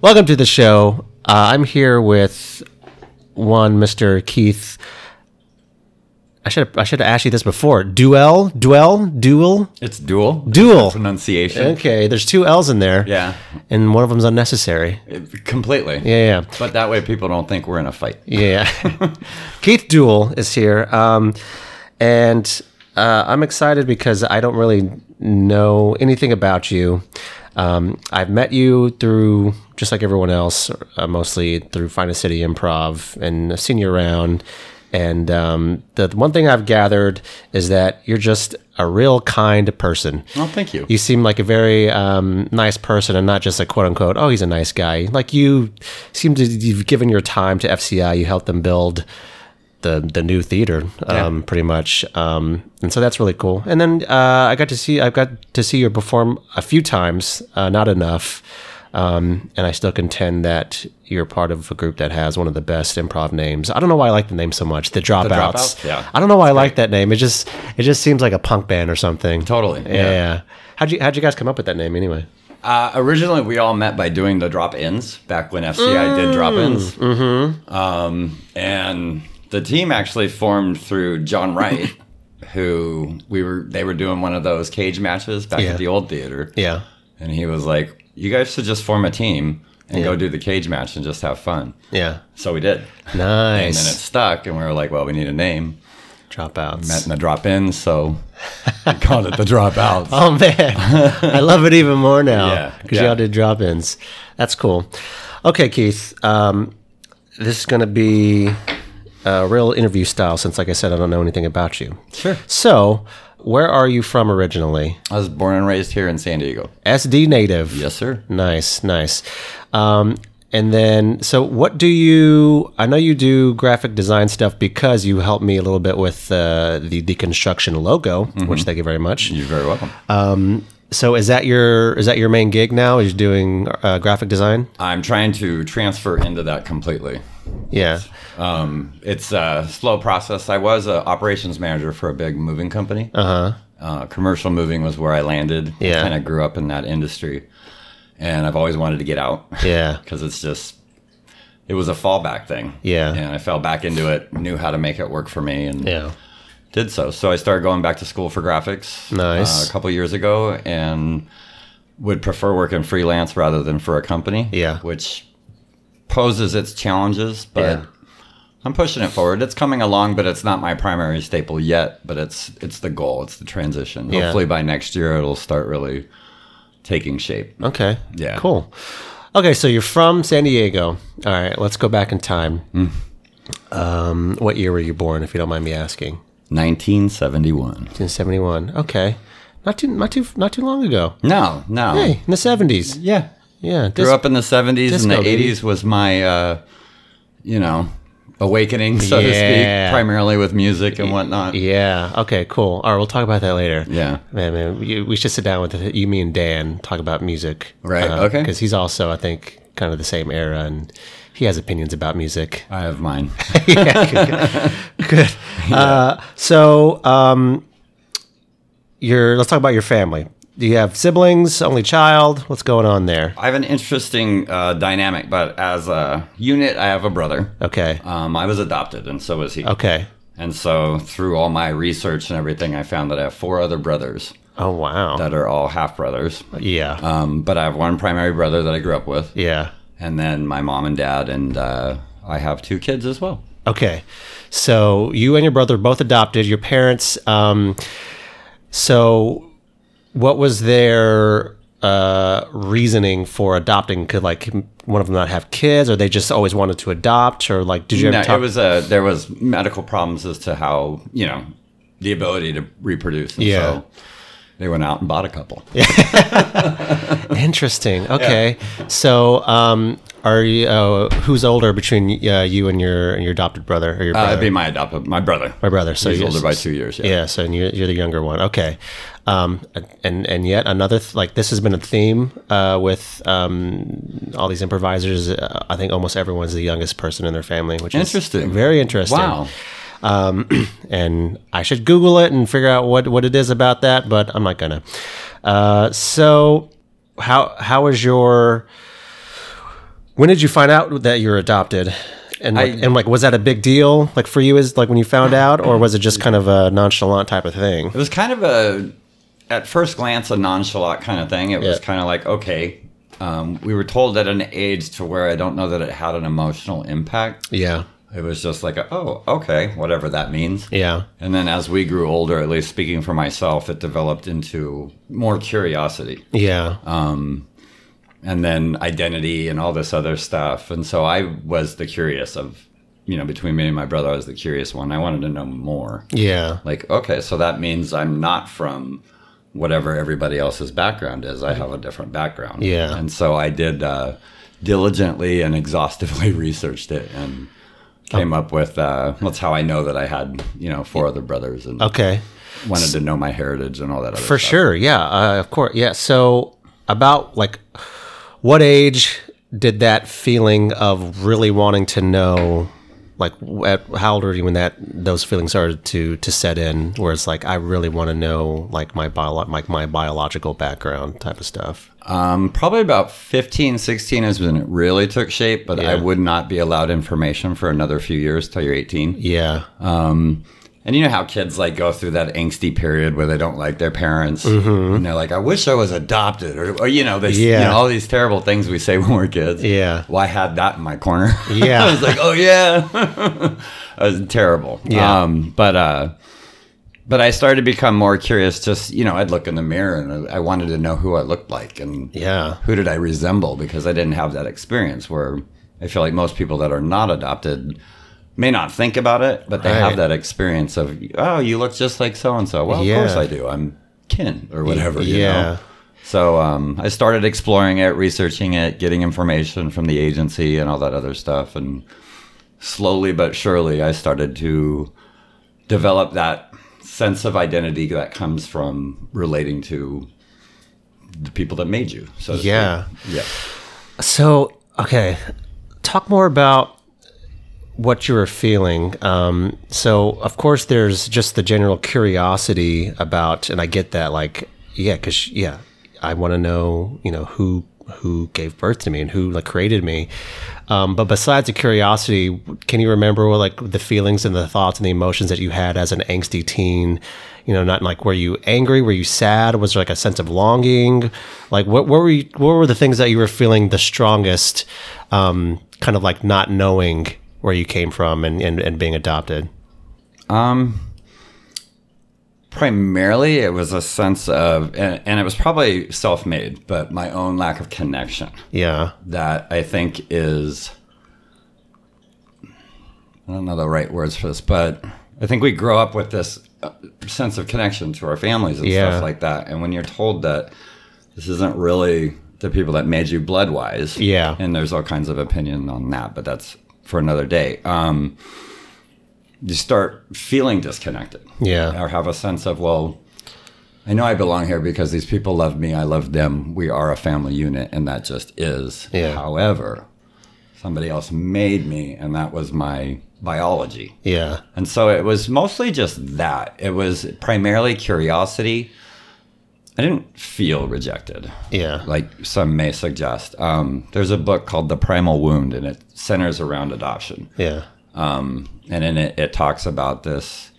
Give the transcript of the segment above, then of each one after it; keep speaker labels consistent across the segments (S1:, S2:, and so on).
S1: Welcome to the show. Uh, I'm here with one Mr. Keith. I should I should have asked you this before. Duel, duel, duel.
S2: It's dual.
S1: Dual.
S2: pronunciation.
S1: Okay, there's two L's in there.
S2: Yeah,
S1: and one of them's unnecessary.
S2: It- completely.
S1: Yeah, yeah.
S2: But that way people don't think we're in a fight.
S1: Yeah. Keith Duell is here. Um, and uh, I'm excited because I don't really know anything about you. Um, I've met you through, just like everyone else, uh, mostly through Finest City Improv and I've seen you around. And um, the one thing I've gathered is that you're just a real kind person.
S2: Well, thank you.
S1: You seem like a very um, nice person and not just a quote unquote, oh, he's a nice guy. Like you seem to, you've given your time to FCI. You helped them build the, the new theater, um, pretty much. Um, and so that's really cool. And then uh, I got to see, I've got to see you perform a few times, uh, not enough. Um, and I still contend that you're part of a group that has one of the best improv names. I don't know why I like the name so much. The Dropouts.
S2: Dropouts? Yeah.
S1: I don't know why I like that name. It just it just seems like a punk band or something.
S2: Totally,
S1: Yeah.
S2: yeah.
S1: How'd you how'd you guys come up with that name anyway?
S2: Uh, originally, we all met by doing the drop ins back when FCI
S1: Mm.
S2: did drop ins. Mm-hmm. Um, and the team actually formed through John Wright, who we were they were doing one of those cage matches back
S1: Yeah.
S2: at the old theater.
S1: Yeah.
S2: And he was like, "You guys should just form a team and go do the cage match and just have fun."
S1: Yeah.
S2: So we did. And then it
S1: Nice.
S2: stuck, and we were like, "Well, we need a name."
S1: Dropouts.
S2: met in the drop in, so we called it the dropouts.
S1: Oh man, I love it even more now
S2: Yeah,
S1: because
S2: yeah.
S1: y'all did drop-ins. That's cool. Okay, Keith, um, this is going to be a real interview style since, like I said, I don't know anything about you.
S2: Sure.
S1: So, where are you from originally?
S2: I was born and raised here in San Diego.
S1: SD native.
S2: Yes, sir.
S1: Nice, nice. Um, and then, so what do you? I know you do graphic design stuff because you helped me a little bit with uh, the deconstruction logo, which thank you very much.
S2: You're very welcome.
S1: So is that your is that your main gig now? Is doing uh, graphic design?
S2: I'm trying to transfer into that completely.
S1: Yeah,
S2: Um, it's a slow process. I was an operations manager for a big moving company. Uh-huh. Commercial moving was where I landed.
S1: Yeah.
S2: Kind of grew up in that industry. And I've always wanted to get out
S1: yeah,
S2: because it's just, it was a fallback thing.
S1: Yeah.
S2: And I fell back into it, knew how to make it work for me. And
S1: yeah.
S2: did so. So I started going back to school for graphics uh,
S1: Nice.
S2: a couple years ago and would prefer working freelance rather than for a company.
S1: Yeah.
S2: Which poses its challenges, but
S1: Yeah.
S2: I'm pushing it forward. It's coming along, but it's not my primary staple yet, but it's it's the goal, it's the transition.
S1: Yeah.
S2: Hopefully by next year it'll start really taking shape.
S1: Okay.
S2: Yeah.
S1: Cool. Okay, so you're from San Diego. All right, let's go back in time. Um, what year were you born, if you don't mind me asking?
S2: 1971.
S1: In seventy one. Okay, not too not too not too long ago.
S2: No, no.
S1: Hey, in the seventies.
S2: Yeah.
S1: Yeah.
S2: grew up in the 70s and
S1: disco,
S2: the
S1: baby.
S2: 80s was my uh you know awakening so to
S1: Yeah.
S2: speak primarily with music and whatnot
S1: Yeah. Okay. Cool. All right. We'll talk about that later.
S2: Yeah.
S1: Man, man, we, we should sit down with you, me, and Dan talk about music.
S2: Right, okay.
S1: Because he's also, I think, kind of the same era, and he has opinions about music.
S2: i have mine
S1: Good. Uh, so, um, your let's talk about your family. Do you have siblings? Only child? What's going on there?
S2: i have an interesting uh, dynamic but as a unit i have a brother
S1: Okay.
S2: um, i was adopted and so was he
S1: Okay.
S2: and so through all my research and everything i found that i have four other brothers
S1: Oh wow.
S2: that are all half brothers
S1: Yeah.
S2: um, but i have one primary brother that i grew up with
S1: yeah.
S2: and then my mom and dad and uh, i have two kids as well
S1: Okay. So you and your brother both adopted your parents. Um, so what was their uh, reasoning for adopting? Could like one of them not have kids or they just always wanted to adopt or like, did you ever
S2: No,
S1: talk?
S2: it was uh, there was medical problems as to how you know the ability to reproduce. And
S1: Yeah.
S2: So they went out and bought a couple.
S1: Interesting. Okay. So, um, are you, uh, who's older between uh, you and your, and your adopted brother or your
S2: Uh,
S1: brother?
S2: it'd be my adopted my brother.
S1: my brother. So
S2: He's
S1: you-
S2: older by two years. Yeah.
S1: Yeah, so and you're, you're the younger one. Okay. Um, and and yet another th- like this has been a theme uh, with um, all these improvisers. Uh, I think almost everyone's the youngest person in their family, which is
S2: Interesting.
S1: very interesting.
S2: Wow.
S1: And I should Google it and figure out what what it is about that, but I'm not gonna. Uh, so how how is your When did you find out that you were adopted? And like,
S2: I-
S1: and like, was that a big deal? Like for you, is like when you found out, or was it just kind of a nonchalant type of thing?
S2: It was kind of a, at first glance, a nonchalant kind of thing. It was
S1: Yeah.
S2: kind of like, okay, um, we were told at an age to where I don't know that it had an emotional impact.
S1: Yeah,
S2: It was just like, a, oh, okay, whatever that means.
S1: yeah,
S2: And then as we grew older, at least speaking for myself, it developed into more curiosity
S1: yeah,
S2: and then identity and all this other stuff. And so I was the curious of, you know, between me and my brother, I was the curious one. I wanted to know more.
S1: yeah,
S2: Like, okay, so that means I'm not from whatever everybody else's background is. I have a different background.
S1: Yeah.
S2: And so I did uh, diligently and exhaustively researched it and came up with uh, that's how I know that I had, you know, four other brothers and
S1: okay,
S2: wanted to know my heritage and all that other
S1: for
S2: stuff.
S1: sure. Yeah, uh, of course. Yeah. So about like, what age did that feeling of really wanting to know? Like w- at, how old were you when that those feelings started to to set in? Where it's like I really want to know like my bio like my biological background type of stuff.
S2: Um, probably about 15, 16 is when it really took shape, but I would not be allowed information for another few years till you're 18.
S1: Yeah,
S2: And you know how kids like go through that angsty period where they don't like their parents and they're like, I wish I was adopted or, or you know, they, you
S1: Mm-hmm. Yeah.
S2: know, all these terrible things we say when we're kids.
S1: Yeah.
S2: Well, I had that in my corner.
S1: Yeah.
S2: I was like, oh yeah. I was terrible.
S1: Yeah.
S2: Um, but, uh, but I started to become more curious. Just you know, I'd look in the mirror and I I wanted to know who I looked like and
S1: Yeah.
S2: who did I resemble because I didn't have that experience. Where I feel like most people that are not adopted may not think about it, but they
S1: Right.
S2: have that experience of oh, you look just like so and so. Well,
S1: Yeah.
S2: of course I do. I'm kin or whatever. You
S1: yeah.
S2: Know? So um, I started exploring it, researching it, getting information from the agency and all that other stuff. And slowly but surely, I started to develop that sense of identity that comes from relating to the people that made you. So to speak.
S1: Yeah.
S2: Yeah.
S1: So, okay, talk more about what you were feeling. Um, so, of course, there's just the general curiosity about, and I get that, like, yeah, because yeah, I want to know, you know, who who gave birth to me and who like created me. Um, but besides the curiosity, can you remember like the feelings and the thoughts and the emotions that you had as an angsty teen? You know, not like were you angry? Were you sad? Was there like a sense of longing? Like what, what were you, what were the things that you were feeling the strongest? Um, kind of like not knowing where you came from and, and, and being adopted.
S2: Primarily, it was a sense of, and, and it was probably self made, but my own lack of connection.
S1: Yeah.
S2: that I think is I don't know the right words for this, but I think we grow up with this uh, sense of connection to our families and
S1: Yeah.
S2: stuff like that. And when you're told that this isn't really the people that made you blood wise,
S1: Yeah.
S2: and there's all kinds of opinion on that, but that's for another day. Um, you start feeling disconnected,
S1: Yeah.
S2: or have a sense of well. I know I belong here because these people love me. I love them. We are a family unit, and that just is.
S1: Yeah.
S2: However, somebody else made me, and that was my biology.
S1: Yeah.
S2: And so it was mostly just that. It was primarily curiosity. I didn't feel rejected,
S1: Yeah.
S2: like some may suggest. Um, there's a book called The Primal Wound, and it centers around adoption
S1: Yeah.
S2: and in it it talks about this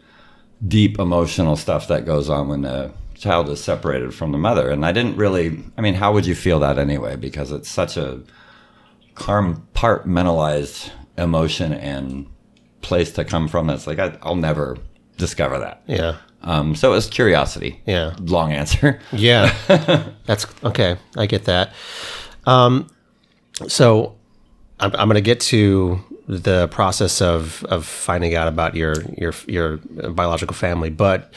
S2: deep emotional stuff that goes on when the child is separated from the mother and i didn't really i mean how would you feel that anyway because it's such a compartmentalized emotion and place to come from it's like I, i'll never discover that
S1: Yeah.
S2: um, so it was curiosity
S1: Yeah.
S2: long answer
S1: Yeah, that's okay. I get that. Um, so I'm, I'm going to get to the process of of finding out about your your your biological family, but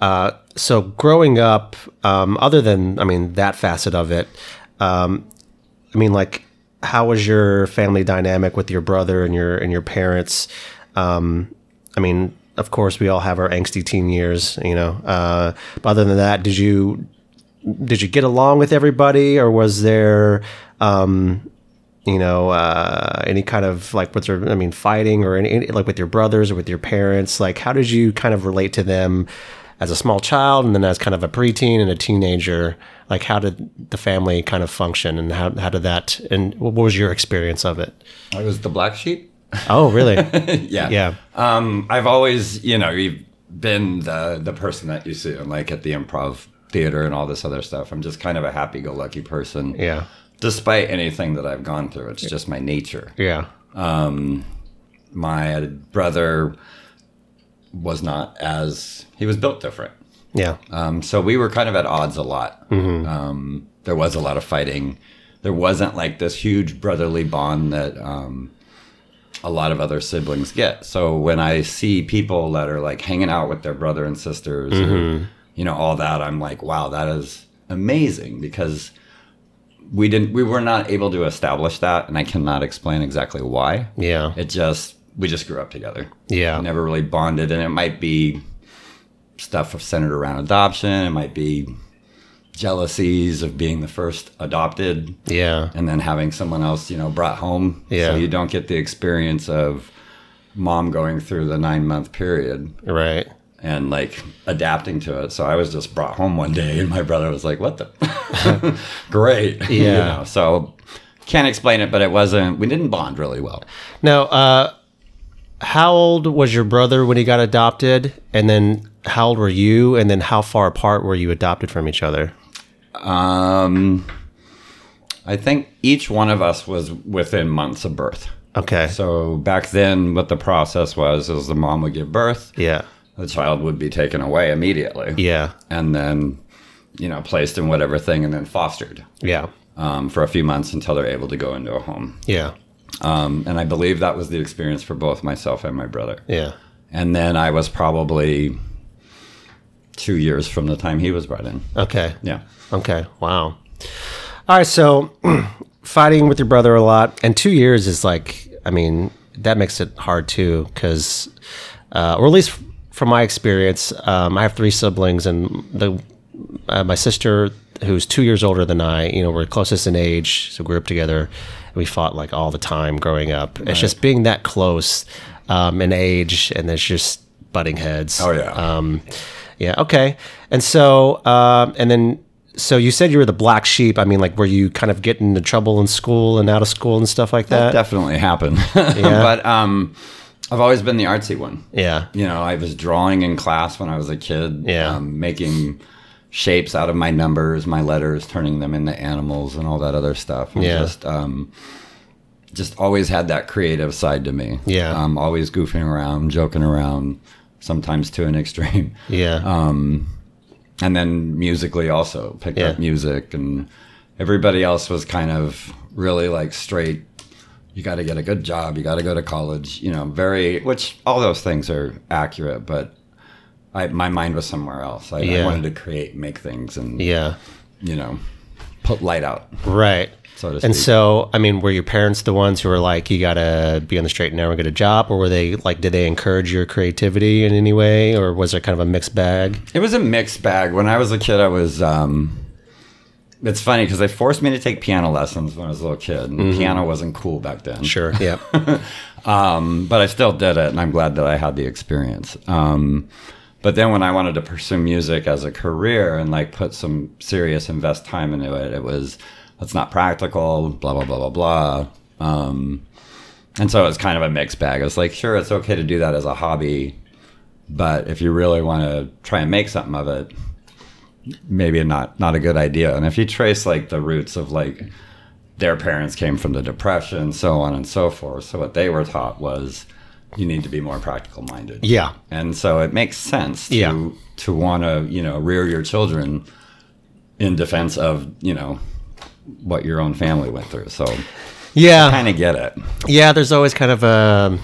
S1: uh, so growing up, um, other than I mean that facet of it, um, I mean like how was your family dynamic with your brother and your and your parents? Um, I mean, of course, we all have our angsty teen years, you know. Uh, but other than that, did you did you get along with everybody, or was there, um, you know, uh, any kind of like what's there? I mean, fighting or any, any like with your brothers or with your parents? Like, how did you kind of relate to them? as a small child and then as kind of a preteen and a teenager? Like, how did the family kind of function and how, how did that, and what was your experience of it?
S2: I was the black sheep.
S1: Oh, really?
S2: yeah.
S1: yeah.
S2: Um, I've always, you know, you've been the the person that you see, like at the improv theater and all this other stuff. I'm just kind of a happy-go-lucky person.
S1: Yeah.
S2: Despite anything that I've gone through, it's just my nature.
S1: Yeah.
S2: My brother was not as he was built different.
S1: Yeah.
S2: Um, so we were kind of at odds a lot. Um, there was a lot of fighting. There wasn't like this huge brotherly bond that um, a lot of other siblings get. So when I see people that are like hanging out with their brother and sisters, or, you know, all that, I'm like, wow, that is amazing because we didn't, we were not able to establish that, and I cannot explain exactly why.
S1: Yeah.
S2: It just we just grew up together.
S1: Yeah.
S2: Never really bonded, and it might be stuff centered around adoption. It might be jealousies of being the first adopted,
S1: Yeah.
S2: and then having someone else, you know, brought home.
S1: Yeah.
S2: So you don't get the experience of mom going through the nine month period
S1: Right.
S2: and like adapting to it. So I was just brought home one day, and my brother was like, "What the? Great, You
S1: Yeah.
S2: know, so can't explain it, but it wasn't. We didn't bond really well.
S1: Now, uh, how old was your brother when he got adopted? And then how old were you? And then how far apart were you adopted from each other?
S2: Um, I think each one of us was within months of birth.
S1: Okay.
S2: So back then, what the process was is the mom would give birth,
S1: yeah.
S2: the child would be taken away immediately,
S1: Yeah.
S2: and then you know placed in whatever thing, and then fostered
S1: Yeah.
S2: um, for a few months until they're able to go into a home.
S1: Yeah.
S2: Um, and I believe that was the experience for both myself and my brother.
S1: Yeah.
S2: And then I was probably two years from the time he was brought in.
S1: Okay.
S2: Yeah.
S1: Okay. Wow. All right. So fighting with your brother a lot, and two years is like, I mean, that makes it hard too, because, uh, or at least from my experience, um, I have three siblings, and the uh, my sister, who's two years older than I, you know, we're closest in age, so we grew up together. We fought like all the time growing up. It's just being that close um, in age, and there's just butting heads.
S2: Oh, yeah.
S1: Um, yeah. Okay. And so, um, and then, so you said you were the black sheep. I mean, like, were you kind of getting into trouble in school and out of school and stuff like that?
S2: definitely happened. but um, I've always been the artsy one.
S1: yeah.
S2: You know, I was drawing in class when I was a kid.
S1: Yeah.
S2: Um, making shapes out of my numbers, my letters, turning them into animals, and all that other stuff. And
S1: Yeah.
S2: Just, um, just always had that creative side to me.
S1: Yeah.
S2: Um, always goofing around, joking around, sometimes to an extreme.
S1: Yeah.
S2: and then musically also picked up
S1: Yeah.
S2: music and everybody else was kind of really like straight you got to get a good job you got to go to college you know very which all those things are accurate but I, my mind was somewhere else I,
S1: Yeah.
S2: I wanted to create make things and
S1: yeah.
S2: you know put light out
S1: Right.
S2: So to
S1: and
S2: speak.
S1: so, I mean, were your parents the ones who were like, you got to be on the straight and narrow and get a job? Or were they like, did they encourage your creativity in any way? Or was it kind of a mixed bag?
S2: It was a mixed bag. When I was a kid, I was. Um, it's funny because they forced me to take piano lessons when I was a little kid. And
S1: Mm-hmm.
S2: Piano wasn't cool back then.
S1: Sure. Yeah.
S2: um, but I still did it, and I'm glad that I had the experience. Um, but then when I wanted to pursue music as a career and like put some serious invest time into it, it was that's not practical. Blah blah blah blah blah. Um, and so it was kind of a mixed bag. It was like, sure, it's okay to do that as a hobby, but if you really want to try and make something of it, maybe not not a good idea. And if you trace like the roots of like their parents came from the depression, so on and so forth. So what they were taught was you need to be more practical minded.
S1: yeah.
S2: And so it makes sense to
S1: Yeah.
S2: to want to, you know, rear your children in defense of, you know, what your own family went through. So
S1: Yeah.
S2: kind of get it.
S1: Yeah, there's always kind of a,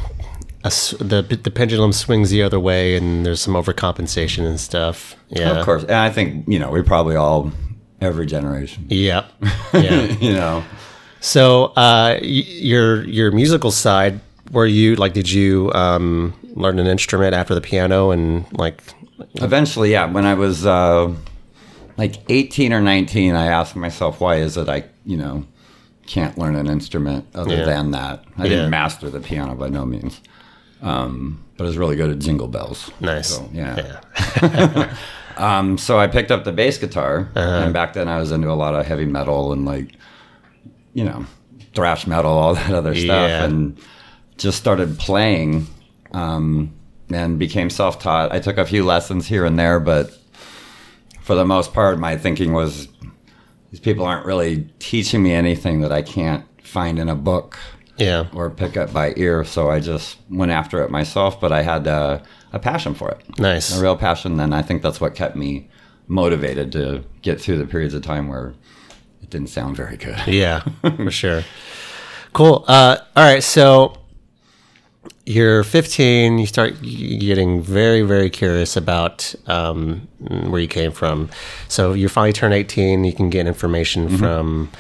S1: a s- the the pendulum swings the other way, and there's some overcompensation and stuff. Yeah,
S2: Of course. And I think, you know, we probably all every generation,
S1: Yeah, yeah.
S2: you know.
S1: so uh, y- your your musical side, were you like, did you um, learn an instrument after the piano and like,
S2: Eventually, yeah. When I was uh, like 18 or 19, I asked myself, why is it I, you know, can't learn an instrument other
S1: Yeah.
S2: than that? I
S1: Yeah.
S2: didn't master the piano by no means. um, but is really good at jingle bells.
S1: Nice.
S2: So, yeah. Um, so I picked up the bass guitar, and back then I was into a lot of heavy metal and like, you know, thrash metal, all that other stuff,
S1: Yeah.
S2: and just started playing, um, and became self-taught. I took a few lessons here and there, but for the most part, my thinking was these people aren't really teaching me anything that I can't find in a book
S1: Yeah.
S2: or pick up by ear. So I just went after it myself, but I had uh, a passion for it
S1: Nice.
S2: a real passion and i think that's what kept me motivated to get through the periods of time where it didn't sound very good
S1: Yeah, for sure. Cool. Uh, all right, so you're 15. You start y- getting very, very curious about um, where you came from. So you finally turn 18. You can get information from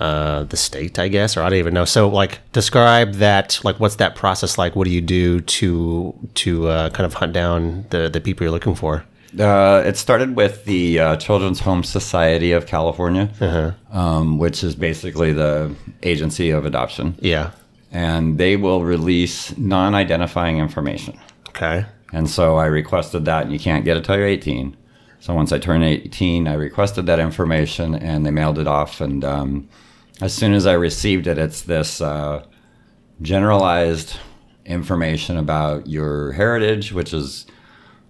S1: uh, the state, I guess, or I don't even know. So, like, describe that. Like, what's that process like? What do you do to to uh, kind of hunt down the the people you're looking for?
S2: uh, it started with the uh, children's home society of california um, which is basically the agency of adoption
S1: Yeah.
S2: and they will release non-identifying information
S1: Okay.
S2: And so I requested that, and you can't get it till you're 18. So once I turned 18, I requested that information, and they mailed it off. And um, as soon as I received it, it's this uh, generalized information about your heritage, which is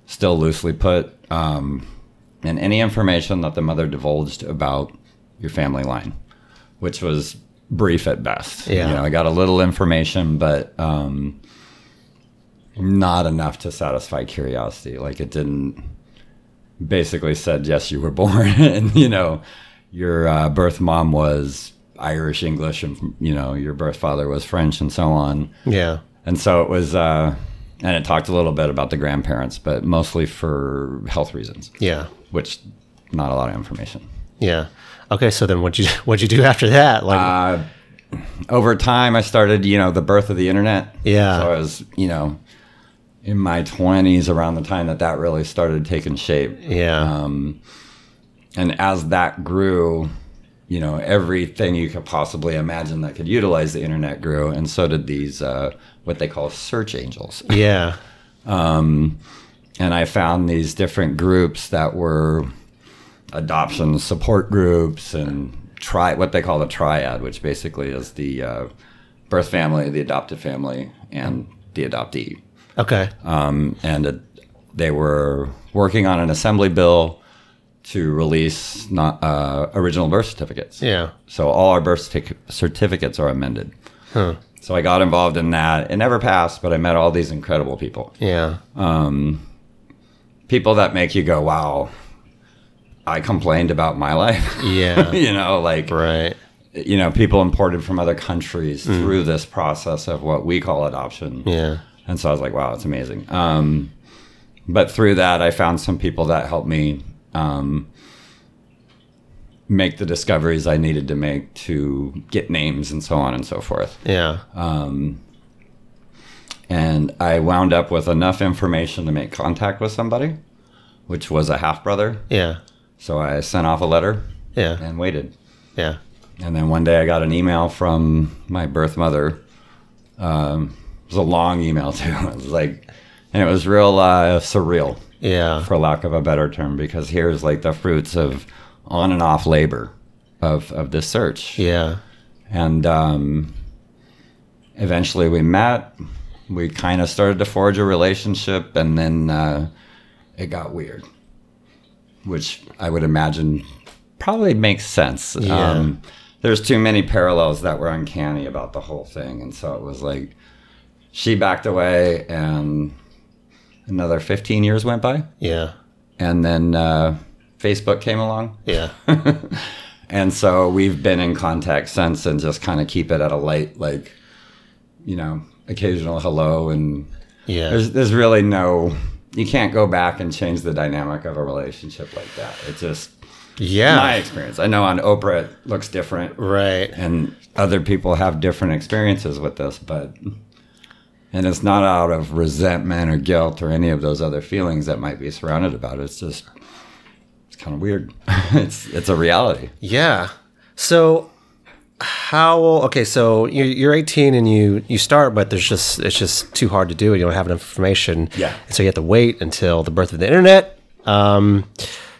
S2: still loosely put, um, and any information that the mother divulged about your family line, which was brief at best.
S1: Yeah.
S2: You know, I got a little information, but. Um, not enough to satisfy curiosity. Like it didn't basically said yes you were born and you know your uh, birth mom was Irish English and you know your birth father was French and so on.
S1: Yeah.
S2: And so it was uh and it talked a little bit about the grandparents, but mostly for health reasons,
S1: Yeah.
S2: which not a lot of information.
S1: Yeah. Okay. So then, what you what you do after that? Like,
S2: over time I started, you know, the birth of the internet.
S1: Yeah.
S2: So I was, you know, in my 20s around the time that that really started taking shape.
S1: yeah.
S2: Um, and as that grew, you know, everything you could possibly imagine that could utilize the internet grew. And so did these, uh, what they call search angels.
S1: Yeah.
S2: And I found these different groups that were adoption support groups and try what they call the triad, which basically is the uh, birth family, the adoptive family, and the adoptee.
S1: Okay.
S2: um, and it, they were working on an assembly bill to release not, uh, original birth certificates.
S1: yeah.
S2: So all our birth certi- certificates are amended.
S1: Huh.
S2: So I got involved in that. It never passed, but I met all these incredible people.
S1: Yeah.
S2: People that make you go, wow, I complained about my life.
S1: Yeah.
S2: you know, like,
S1: right.
S2: you know, people imported from other countries through this process of what we call adoption.
S1: Yeah.
S2: And so I was like, wow, it's amazing. Um, but through that, I found some people that helped me um, make the discoveries I needed to make to get names and so on and so forth.
S1: Yeah.
S2: Uh, And I wound up with enough information to make contact with somebody, which was a half brother.
S1: yeah.
S2: So I sent off a letter
S1: Yeah.
S2: and waited.
S1: Yeah.
S2: And then one day I got an email from my birth mother. Um, it was a long email, too. It was like, and it was real uh, surreal.
S1: Yeah.
S2: for lack of a better term, because here's like the fruits of on and off labor of of this search.
S1: Yeah.
S2: And um, eventually we met. We kind of started to forge a relationship, and then uh, it got weird, which I would imagine probably makes sense. Um,
S1: Yeah.
S2: there's too many parallels that were uncanny about the whole thing, and so it was like she backed away, and another 15 years went by
S1: Yeah.
S2: and then uh, Facebook came along,
S1: Yeah.
S2: and so we've been in contact since, and just kind of keep it at a light, like you know, occasional hello, and
S1: Yeah.
S2: there's there's really no, you can't go back and change the dynamic of a relationship like that. It's just my
S1: Yeah.
S2: experience. I know on Oprah it looks different,
S1: Right.
S2: and other people have different experiences with this, but. And it's not out of resentment or guilt or any of those other feelings that might be surrounded about it. It's just, it's kind of weird. it's it's a reality.
S1: Yeah. So how okay so you're, you're 18 and you you start but there's just it's just too hard to do and you don't have enough information
S2: Yeah.
S1: and so you have to wait until the birth of the internet um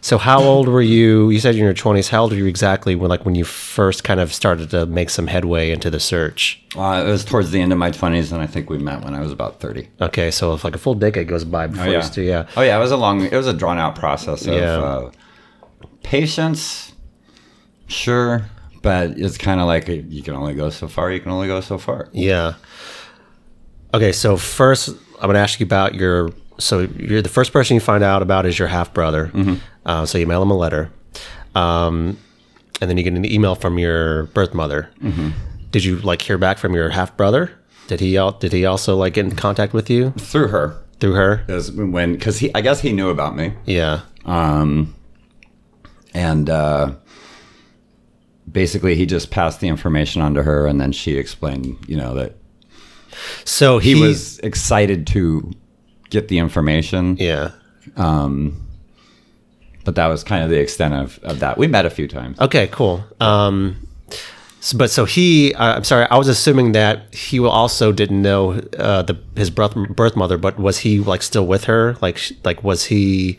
S1: so how old were you you said you're in your 20s how old were you exactly when like when you first kind of started to make some headway into the search
S2: Uh, it was towards the end of my 20s, and I think we met when I was about 30.
S1: okay so if like a full decade goes by before you still yeah
S2: Oh yeah, it was a long, it was a drawn out process of
S1: Yeah.
S2: uh, patience. Sure, but it's kind of like uh, you can only go so far. You can only go so far.
S1: Yeah. Okay, so first I'm gonna ask you about your. So you're the first person you find out about is your half brother. Uh, so you mail him a letter, um, and then you get an email from your birth mother. Did you like hear back from your half brother? Did he al- did he also like get in contact with you
S2: Through her,
S1: through her?
S2: is when because he, I guess he knew about me.
S1: Yeah.
S2: Um, and uh, basically, he just passed the information on to her, and then she explained, you know, that
S1: So he,
S2: he was excited to get the information.
S1: Yeah.
S2: But that was kind of the extent of, of that. We met a few times.
S1: Okay. Cool. Um, s- but so he, uh, I'm sorry, I was assuming that he will also didn't know uh, the his birth birth mother, but was he like still with her? Like sh- like was he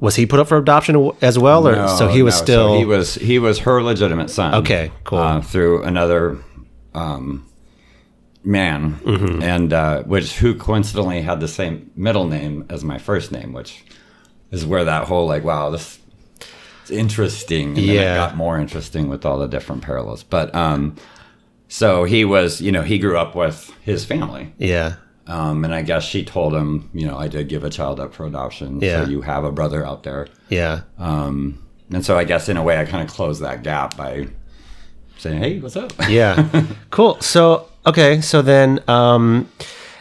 S1: was he put up for adoption aw- as well, or so
S2: No,
S1: he was
S2: no, so
S1: still
S2: he was he was her legitimate son.
S1: Okay, cool.
S2: Uh, through another um, man,
S1: Mm-hmm.
S2: and uh, which who coincidentally had the same middle name as my first name, which is where that whole like wow this is interesting. And then
S1: Yeah.
S2: it got more interesting with all the different parallels. But um, so he was you know he grew up with his family.
S1: yeah
S2: Um, and I guess she told him, you know, I did give a child up for adoption.
S1: Yeah.
S2: So you have a brother out there.
S1: yeah
S2: And so I guess in a way I kind of closed that gap by saying, "Hey, what's up?"
S1: yeah cool. So okay, so then. Um,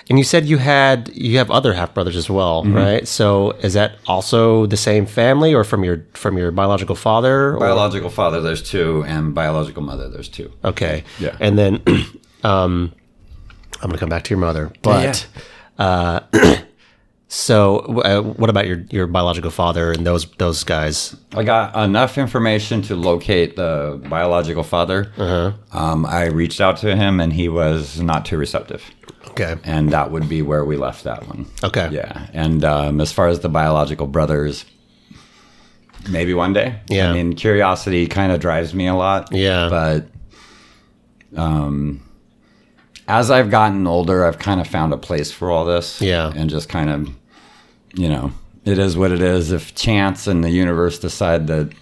S1: and you said you had you have other half brothers as well,
S2: Mm-hmm.
S1: right? So is that also the same family, or from your from your biological father? Or?
S2: Biological father, there's two, and biological mother, there's two.
S1: Okay.
S2: Yeah.
S1: And then um, I'm going to come back to your mother. But Uh, so uh, what about your, your biological father and those those guys?
S2: I got enough information to locate the biological father. Um, I reached out to him, and he was not too receptive.
S1: Okay.
S2: And that would be where we left that one.
S1: Okay.
S2: Yeah. And um, as far as the biological brothers, maybe one day.
S1: Yeah.
S2: I mean, curiosity kind of drives me a lot.
S1: Yeah.
S2: But um, as I've gotten older, I've kind of found a place for all this.
S1: Yeah.
S2: And just kind of, you know, it is what it is. If chance and the universe decide that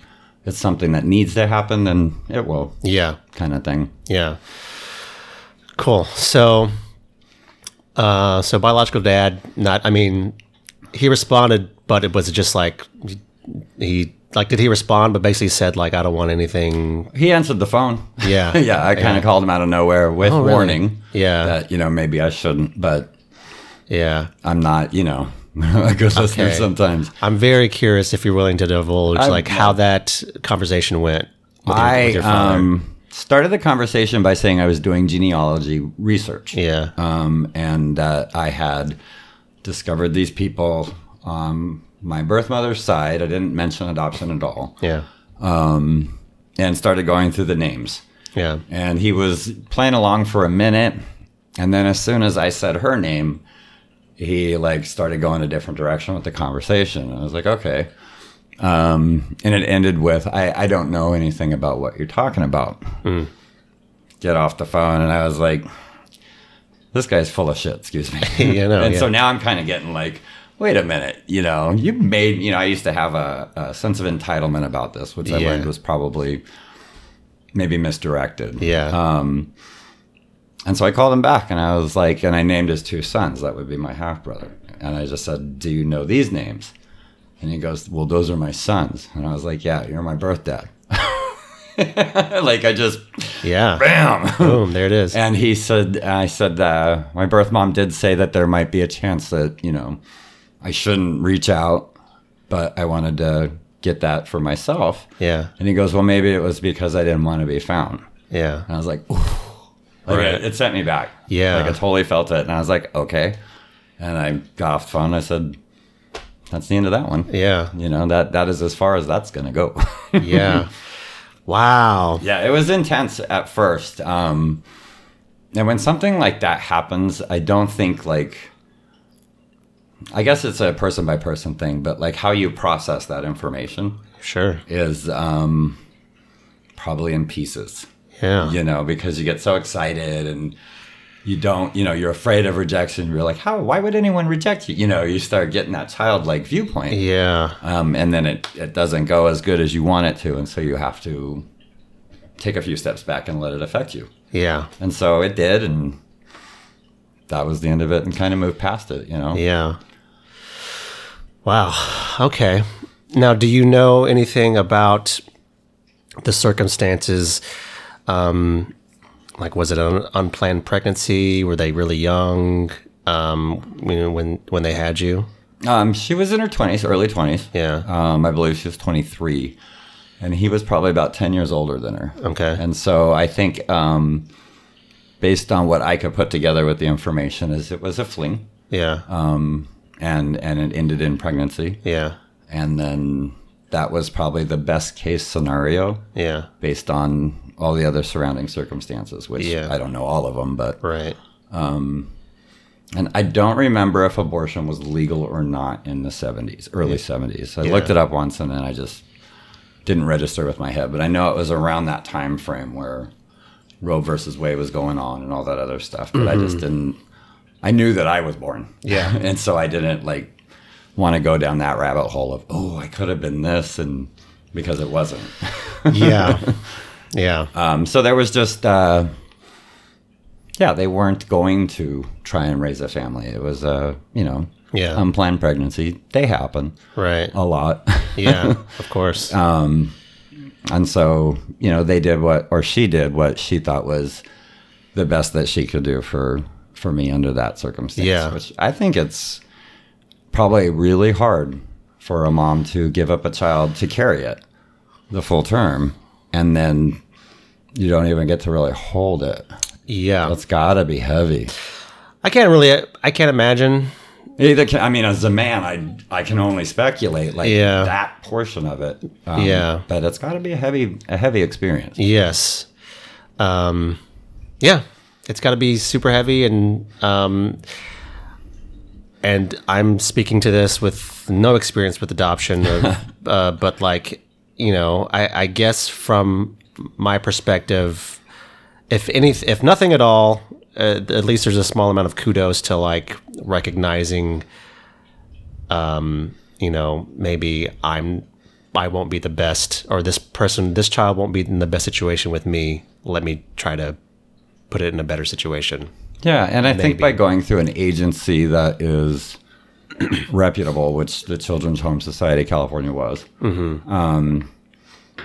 S2: it's something that needs to happen, then it will,
S1: Yeah.
S2: kind of thing.
S1: Yeah. Cool. So uh, so biological dad not I mean he responded but it was just like he like did he respond but basically said like I don't want anything.
S2: He answered the phone.
S1: Yeah. Oh,
S2: yeah, I kind of called him out of nowhere with
S1: really?
S2: warning.
S1: Yeah.
S2: That, you know, maybe I shouldn't, but
S1: Yeah.
S2: I'm not, you know, a good listener
S1: Okay.
S2: sometimes.
S1: I'm very curious if you're willing to divulge like how that conversation went. With your,
S2: I
S1: with your father.
S2: um, started the conversation by saying I was doing genealogy research.
S1: yeah,
S2: Um, and uh, I had discovered these people on my birth mother's side. I didn't mention adoption at all.
S1: yeah,
S2: And started going through the names.
S1: yeah,
S2: And he was playing along for a minute. And then as soon as I said her name, he like started going a different direction with the conversation. And I was like, okay. Um, and it ended with, I, I don't know anything about what you're talking about.
S1: Hmm.
S2: Get off the phone. And I was like, this guy's full of shit, excuse me.
S1: You know,
S2: and so
S1: yeah.
S2: now I'm kind of getting like, wait a minute, you know, you made, you know, I used to have a, a sense of entitlement about this, which I
S1: Yeah.
S2: learned was probably maybe misdirected. Um,
S1: yeah,
S2: And so I called him back and I was like, and I named his two sons. That would be my half brother. And I just said, Do you know these names? And he goes, Well, those are my sons. And I was like, Yeah, you're my birth dad. like I just,
S1: yeah.
S2: bam.
S1: Boom, there it is.
S2: And he said, I said, uh, My birth mom did say that there might be a chance that, you know, I shouldn't reach out, but I wanted to get that for myself.
S1: Yeah,
S2: And he goes, Well, maybe it was because I didn't want to be found.
S1: yeah,
S2: And I was like, Ooh. Like,
S1: Right.
S2: it, it sent me back.
S1: Yeah.
S2: Like I totally felt it. And I was like, okay. And I got off the phone. And I said, that's the end of that one.
S1: yeah,
S2: You know, that that is as far as that's going to go.
S1: yeah. Wow.
S2: Yeah, it was intense at first. Um, and when something like that happens, I don't think like, I guess it's a person by person thing, but like how you process that information
S1: Sure.
S2: is um, probably in pieces,
S1: Yeah.
S2: you know, because you get so excited and you don't, you know, you're afraid of rejection. You're like, how, why would anyone reject you? You know, you start getting that childlike viewpoint
S1: Yeah.
S2: um, and then it, it doesn't go as good as you want it to and so you have to take a few steps back and let it affect you
S1: Yeah.
S2: and so it did and that was the end of it and kind of moved past it you know
S1: Yeah. Wow. Okay. Now, do you know anything about the circumstances? Um, like, was it an unplanned pregnancy? Were they really young? Um, you know, when when they had you?
S2: um, she was in her 20s early 20s
S1: Yeah.
S2: um, i believe she was 23 and he was probably about 10 years older than her
S1: Okay.
S2: and so i think um, based on what i could put together with the information is it was a fling
S1: yeah.
S2: uh, and and it ended in pregnancy
S1: yeah.
S2: and then that was probably the best case scenario
S1: Yeah.
S2: based on all the other surrounding circumstances which
S1: Yeah.
S2: i don't know all of them but
S1: Right.
S2: and i don't remember if abortion was legal or not in the 70s early 70s i looked it up once and then i just didn't register with my head but i know it was around that time frame where roe versus wade was going on and all that other stuff but i just didn't i knew that i was born
S1: Yeah.
S2: and so i didn't like want to go down that rabbit hole of oh i could have been this and because it wasn't
S1: Yeah. yeah.
S2: Um, so there was just, uh, yeah, they weren't going to try and raise a family. It was a, you know,
S1: Yeah.
S2: unplanned pregnancy. They happen
S1: right.
S2: a lot.
S1: yeah. Of course.
S2: Uh, and so, you know, they did what, or she did what she thought was the best that she could do for, for me under that circumstance.
S1: Yeah.
S2: Which I think it's probably really hard for a mom to give up a child to carry it the full term. And then you don't even get to really hold it.
S1: yeah.
S2: It's gotta be heavy.
S1: I can't really. I can't imagine.
S2: Either can, I mean, as a man, I I can only speculate like
S1: Yeah.
S2: that portion of it. Um,
S1: Yeah.
S2: but it's gotta be a heavy a heavy experience.
S1: Yes. Um, yeah, it's got to be super heavy, and um, and I'm speaking to this with no experience with adoption, or, uh, but like you know, I, I guess from my perspective, if any, if nothing at all, uh, at least there's a small amount of kudos to like recognizing you know, maybe I'm I won't be the best or this person this child won't be in the best situation with me. Let me try to put it in a better situation.
S2: Yeah, and I think by going through an agency that is reputable, which the Children's Home Society California was, um,
S1: Mm-hmm.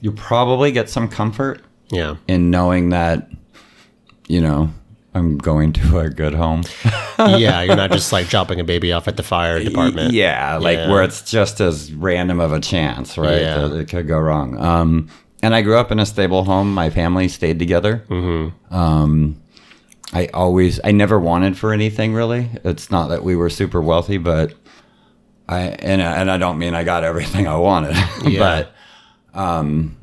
S2: you probably get some comfort
S1: Yeah.
S2: in knowing that, you know, I'm going to a good home.
S1: yeah, you're not just like dropping a baby off at the fire department.
S2: Uh-huh. Yeah, like
S1: Yeah.
S2: where it's just as random of a chance, right?
S1: Yeah.
S2: That it could go wrong. Um, and I grew up in a stable home. My family stayed together. Mm-hmm. Um, I always, I never wanted for anything really. It's not that we were super wealthy, but I and I- and I don't mean I got everything I wanted,
S1: Yeah.
S2: but um,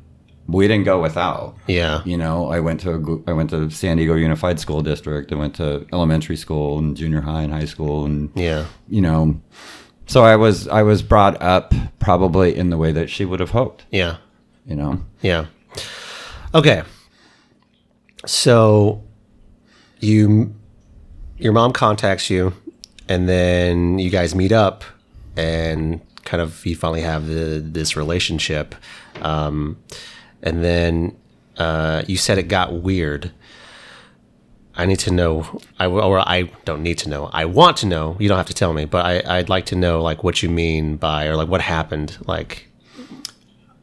S2: we didn't go without.
S1: Yeah.
S2: You know, I went to a gr- I went to San Diego Unified School District. I went to elementary school and junior high and high school and
S1: Yeah.
S2: you know so i was i was brought up probably in the way that she would have hoped
S1: Yeah.
S2: you know
S1: Yeah. Okay. So you your mom contacts you and then you guys meet up and kind of you finally have the, this relationship um, and then uh, you said it got weird i need to know I, or i don't need to know i want to know you don't have to tell me but I, i'd like to know like what you mean by or like what happened like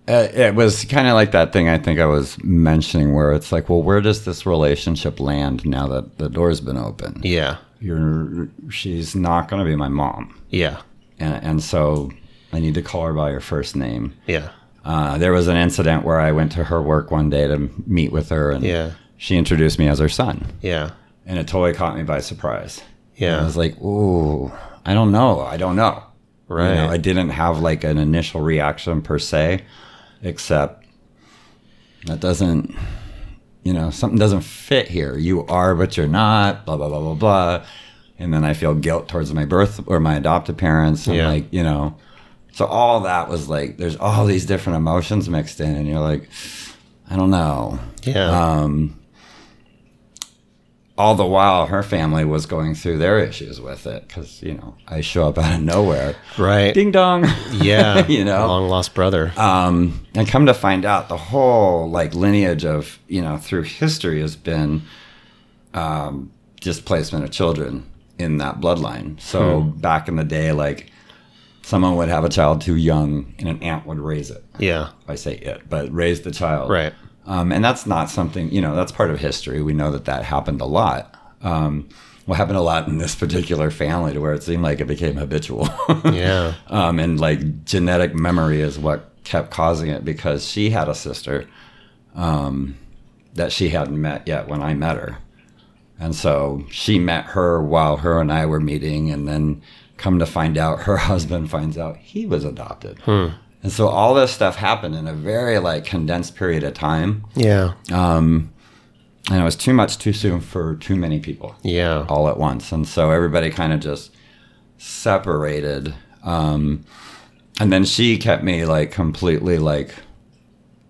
S2: uh, it was kind of like that thing i think i was mentioning where it's like well where does this relationship land now that the door's been open
S1: yeah
S2: you're she's not going to be my mom
S1: yeah
S2: and, and so i need to call her by her first name
S1: yeah
S2: uh, there was an incident where i went to her work one day to meet with her and
S1: Yeah.
S2: she introduced me as her son
S1: yeah
S2: and it totally caught me by surprise
S1: Yeah.
S2: I was like, ooh, I don't know. I don't know. You know,
S1: Right.
S2: I didn't have like an initial reaction per se, except that doesn't you know something doesn't fit here you are but you're not blah blah blah blah blah and then i feel guilt towards my birth or my adoptive parents and
S1: Yeah.
S2: like you know so all that was like there's all these different emotions mixed in and you're like i don't know
S1: Yeah.
S2: um all the while her family was going through their issues with it because you know i show up out of nowhere
S1: right.
S2: ding dong
S1: Yeah.
S2: you know
S1: Long lost brother.
S2: um, and come to find out the whole like lineage of you know through history has been um, displacement of children in that bloodline so back in the day like someone would have a child too young and an aunt would raise it
S1: yeah.
S2: i say it but raise the child
S1: Right.
S2: um, and that's not something you know that's part of history we know that that happened a lot um, what happened a lot in this particular family to where it seemed like it became habitual
S1: Yeah.
S2: um, and like genetic memory is what kept causing it because she had a sister um, that she hadn't met yet when I met her, and so she met her while her and I were meeting, and then come to find out her husband finds out he was adopted, and so all this stuff happened in a very like condensed period of time,
S1: Yeah.
S2: and it was too much too soon for too many people
S1: Yeah.
S2: all at once. And so everybody kind of just separated. Um, and then she kept me like completely like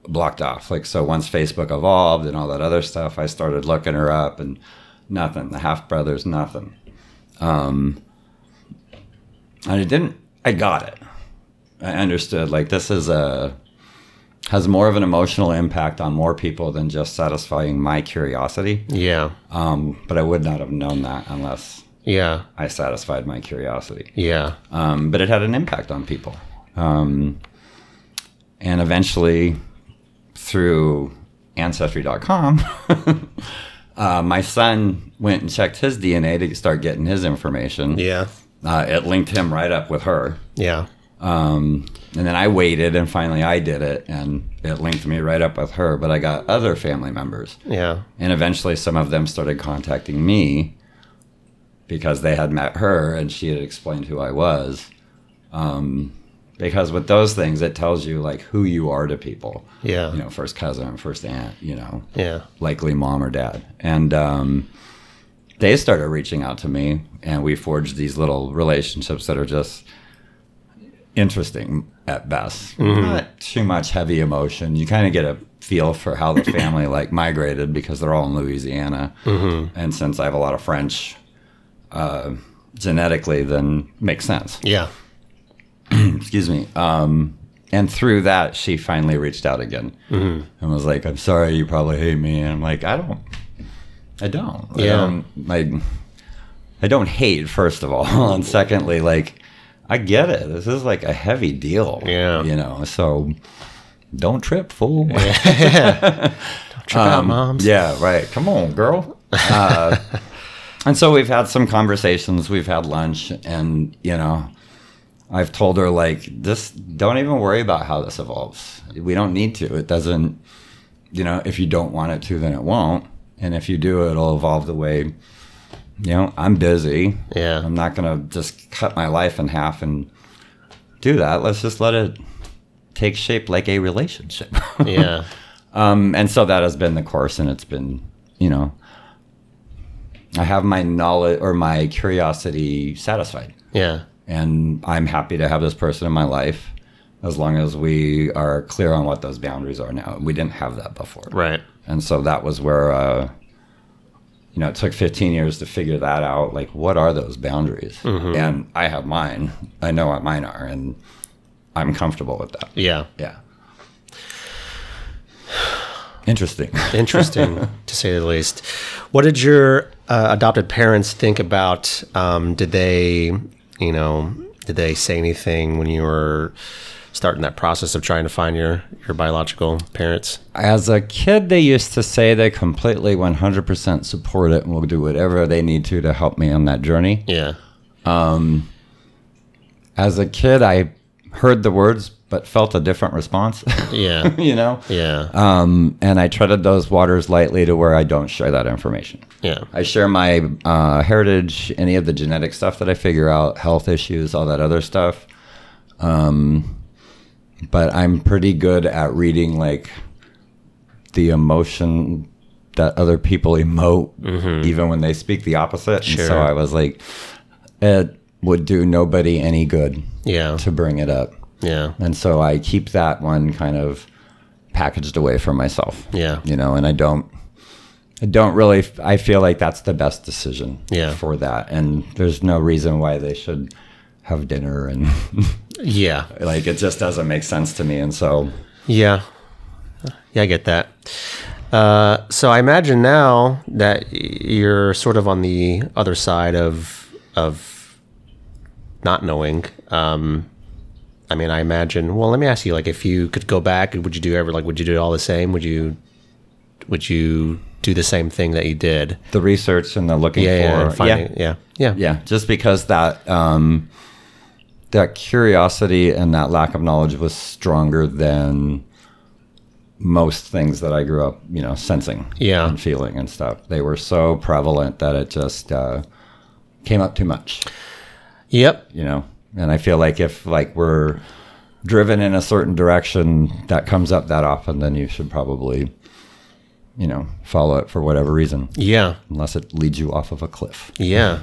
S2: blocked off. Like, so once Facebook evolved and all that other stuff, I started looking her up and nothing. The half brothers, nothing. Um, and I didn't, I got it. I understood like this is a, has more of an emotional impact on more people than just satisfying my curiosity.
S1: Yeah.
S2: Um, but I would not have known that unless
S1: Yeah.
S2: I satisfied my curiosity.
S1: Yeah.
S2: Um, but it had an impact on people. Um, and eventually, through Ancestry.com, uh, my son went and checked his DNA to start getting his information.
S1: Yeah.
S2: Uh, it linked him right up with her.
S1: Yeah.
S2: Um, and then I waited, and finally I did it, and it linked me right up with her. But I got other family members.
S1: Yeah.
S2: And eventually, some of them started contacting me because they had met her and she had explained who I was. Um, because with those things, it tells you like who you are to people.
S1: Yeah.
S2: You know, first cousin, first aunt, you know,
S1: Yeah.
S2: likely mom or dad. And um, they started reaching out to me, and we forged these little relationships that are just interesting at best. Not too much heavy emotion. You kind of get a feel for how the family like migrated because they're all in Louisiana. And since I have a lot of French uh, genetically, then makes sense
S1: Yeah.
S2: excuse me. Um, and through that, she finally reached out again
S1: Mm-hmm.
S2: and was like, "I'm sorry, you probably hate me." And I'm like, "I don't, I don't, I
S1: Yeah.
S2: don't, I, I don't hate. First of all, and secondly, like, I get it. This is like a heavy deal.
S1: Yeah.
S2: you know. So don't trip, fool.
S1: Trip out, moms.
S2: Um, Yeah, right. Come on, girl. Uh, and so we've had some conversations. We've had lunch, and you know, I've told her like, this. Don't even worry about how this evolves. We don't need to. It doesn't. You know, if you don't want it to, then it won't. And if you do, it'll evolve the way. You know, I'm busy.
S1: Yeah.
S2: I'm not gonna just cut my life in half and do that. Let's just let it take shape like a relationship.
S1: Yeah.
S2: Um, and so that has been the course, and it's been, you know, I have my knowledge or my curiosity satisfied,
S1: Yeah.
S2: and I'm happy to have this person in my life as long as we are clear on what those boundaries are now. We didn't have that before,
S1: Right.
S2: and so that was where, uh, you know, it took 15 years to figure that out. Like, what are those boundaries? And I have mine. I know what mine are, and I'm comfortable with that.
S1: Yeah.
S2: Yeah. Interesting.
S1: Interesting, to say the least. What did your uh, adopted parents think about? Um, did they, you know, did they say anything when you were starting that process of trying to find your your biological parents?
S2: As a kid, they used to say they completely 100% support it and will do whatever they need to to help me on that journey.
S1: Yeah.
S2: As a kid, I heard the words but felt a different response,
S1: Yeah.
S2: you know?
S1: Yeah.
S2: Um, and I treaded those waters lightly to where I don't share that information.
S1: yeah.
S2: I share my uh, heritage, any of the genetic stuff that I figure out, health issues, all that other stuff. Um, but I'm pretty good at reading like the emotion that other people emote, even when they speak the opposite. And so
S1: Sure.
S2: I was like, it would do nobody any good
S1: Yeah.
S2: to bring it up.
S1: Yeah.
S2: And so I keep that one kind of packaged away for myself.
S1: Yeah.
S2: You know, and I don't I don't really I feel like that's the best decision
S1: Yeah.
S2: for that. And there's no reason why they should have dinner and
S1: Yeah.
S2: like it just doesn't make sense to me. And so
S1: Yeah. Yeah, I get that. Uh, so I imagine now that y- you're sort of on the other side of of not knowing. Um, I mean, I imagine. Well, let me ask you: like, if you could go back, would you do ever like? Would you do it all the same? Would you would you do the same thing that you did?
S2: the research and the looking
S1: Yeah, yeah, and
S2: for yeah,
S1: finding, yeah, yeah,
S2: yeah just because that um that curiosity and that lack of knowledge was stronger than most things that i grew up you know sensing
S1: Yeah.
S2: and feeling and stuff they were so prevalent that it just uh came up too much
S1: Yep.
S2: you know and i feel like if like we're driven in a certain direction that comes up that often then you should probably you know follow it for whatever reason
S1: Yeah.
S2: unless it leads you off of a cliff
S1: Yeah.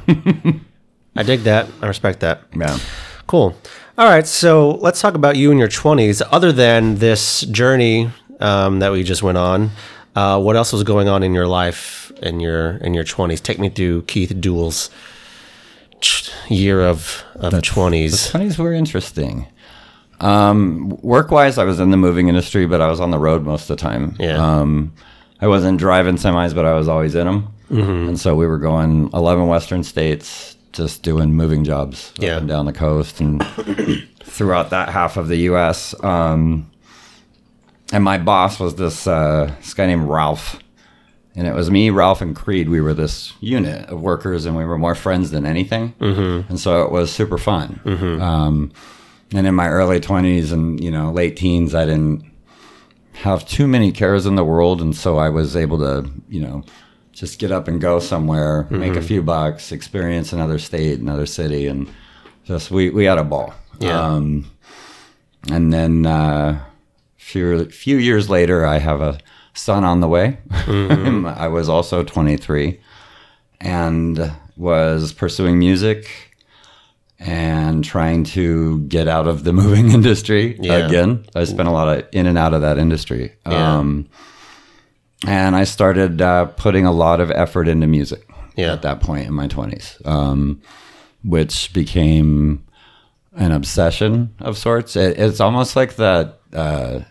S1: I dig that. I respect that.
S2: yeah
S1: Cool. All right, so let's talk about you in your twenties. Other than this journey um, that we just went on, uh, what else was going on in your life in your in your twenties? Take me through Keith Duell's ch- year of of the twenties.
S2: Twenties were interesting. Um, work wise, I was in the moving industry, but I was on the road most of the time.
S1: Yeah.
S2: Um, I wasn't driving semis, but I was always in them. And so we were going 11 Western states, just doing moving jobs
S1: Yeah.
S2: up and down the coast and throughout that half of the U.S. Um, and my boss was this, uh, this guy named Ralph. And it was me, Ralph, and Creed. We were this unit of workers, and we were more friends than anything. Mm-hmm. And so it was super fun. Um, and in my early 20s and you know late teens i didn't have too many cares in the world and so i was able to you know just get up and go somewhere make a few bucks experience another state another city and just we, we had a ball
S1: Yeah.
S2: um, and then uh, few few years later i have a son on the way i was also 23 and was pursuing music and trying to get out of the moving industry
S1: Yeah.
S2: again. I spent a lot of in and out of that industry.
S1: Yeah.
S2: Um, and I started uh, putting a lot of effort into music
S1: Yeah.
S2: at that point in my 20s, um, which became an obsession of sorts. It, it's almost like that uh,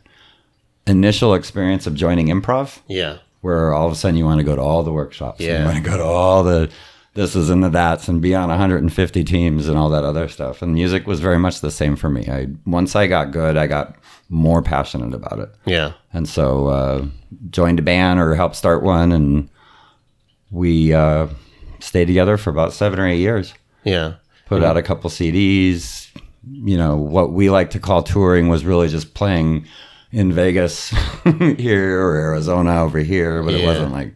S2: initial experience of joining improv
S1: Yeah,
S2: where all of a sudden you want to go to all the workshops.
S1: Yeah.
S2: You want to go to all the this is and the that's and be on 150 teams and all that other stuff. And music was very much the same for me. I once I got good, I got more passionate about it,
S1: yeah,
S2: and so uh, joined a band or helped start one, and we uh, stayed together for about seven or eight years.
S1: yeah,
S2: Put out a couple CDs. You know what we like to call touring was really just playing in Vegas here or Arizona over here, but it
S1: Yeah.
S2: wasn't like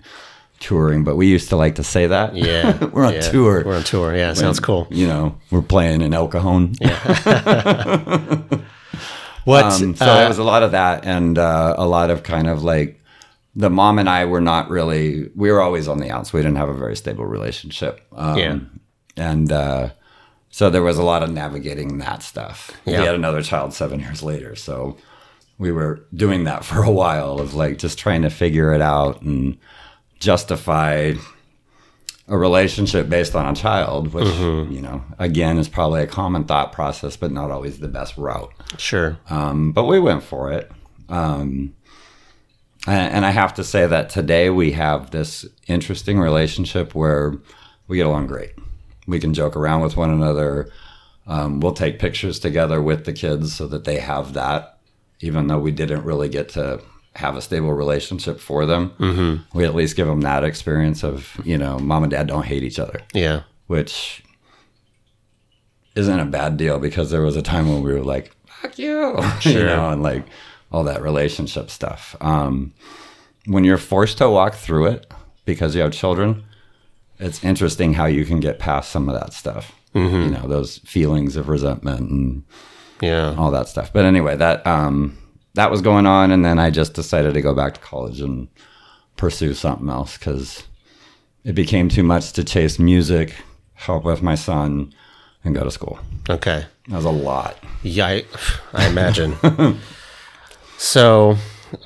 S2: touring. But we used to like to say that.
S1: yeah.
S2: we're on
S1: yeah.
S2: tour.
S1: We're on tour. Yeah, sounds cool.
S2: you know, we're playing in El Cajon.
S1: What?
S2: Um, so
S1: uh,
S2: there was a lot of that, and uh, a lot of kind of like the mom and I were not really. We were always on the outs. We didn't have a very stable relationship. Um,
S1: Yeah.
S2: and uh, so there was a lot of navigating that stuff.
S1: Yeah.
S2: We had another child seven years later, so we were doing that for a while of like just trying to figure it out and justify a relationship based on a child which you know again is probably a common thought process but not always the best route
S1: sure.
S2: um, but we went for it. Um, and, and I have to say that today we have this interesting relationship where we get along great. We can joke around with one another. Um, we'll take pictures together with the kids so that they have that, even though we didn't really get to have a stable relationship for them. Mm-hmm. We at least give them that experience of, you know, mom and dad don't hate each other
S1: Yeah,
S2: which isn't a bad deal because there was a time when we were like, fuck you, you know, and like all that relationship stuff. Um, when you're forced to walk through it because you have children, it's interesting how you can get past some of that stuff. You know, those feelings of resentment and
S1: yeah,
S2: all that stuff. But anyway, that um, that was going on, and then I just decided to go back to college and pursue something else because it became too much to chase music, help with my son, and go to school.
S1: Okay.
S2: That was a lot.
S1: Yeah, I, I imagine. so,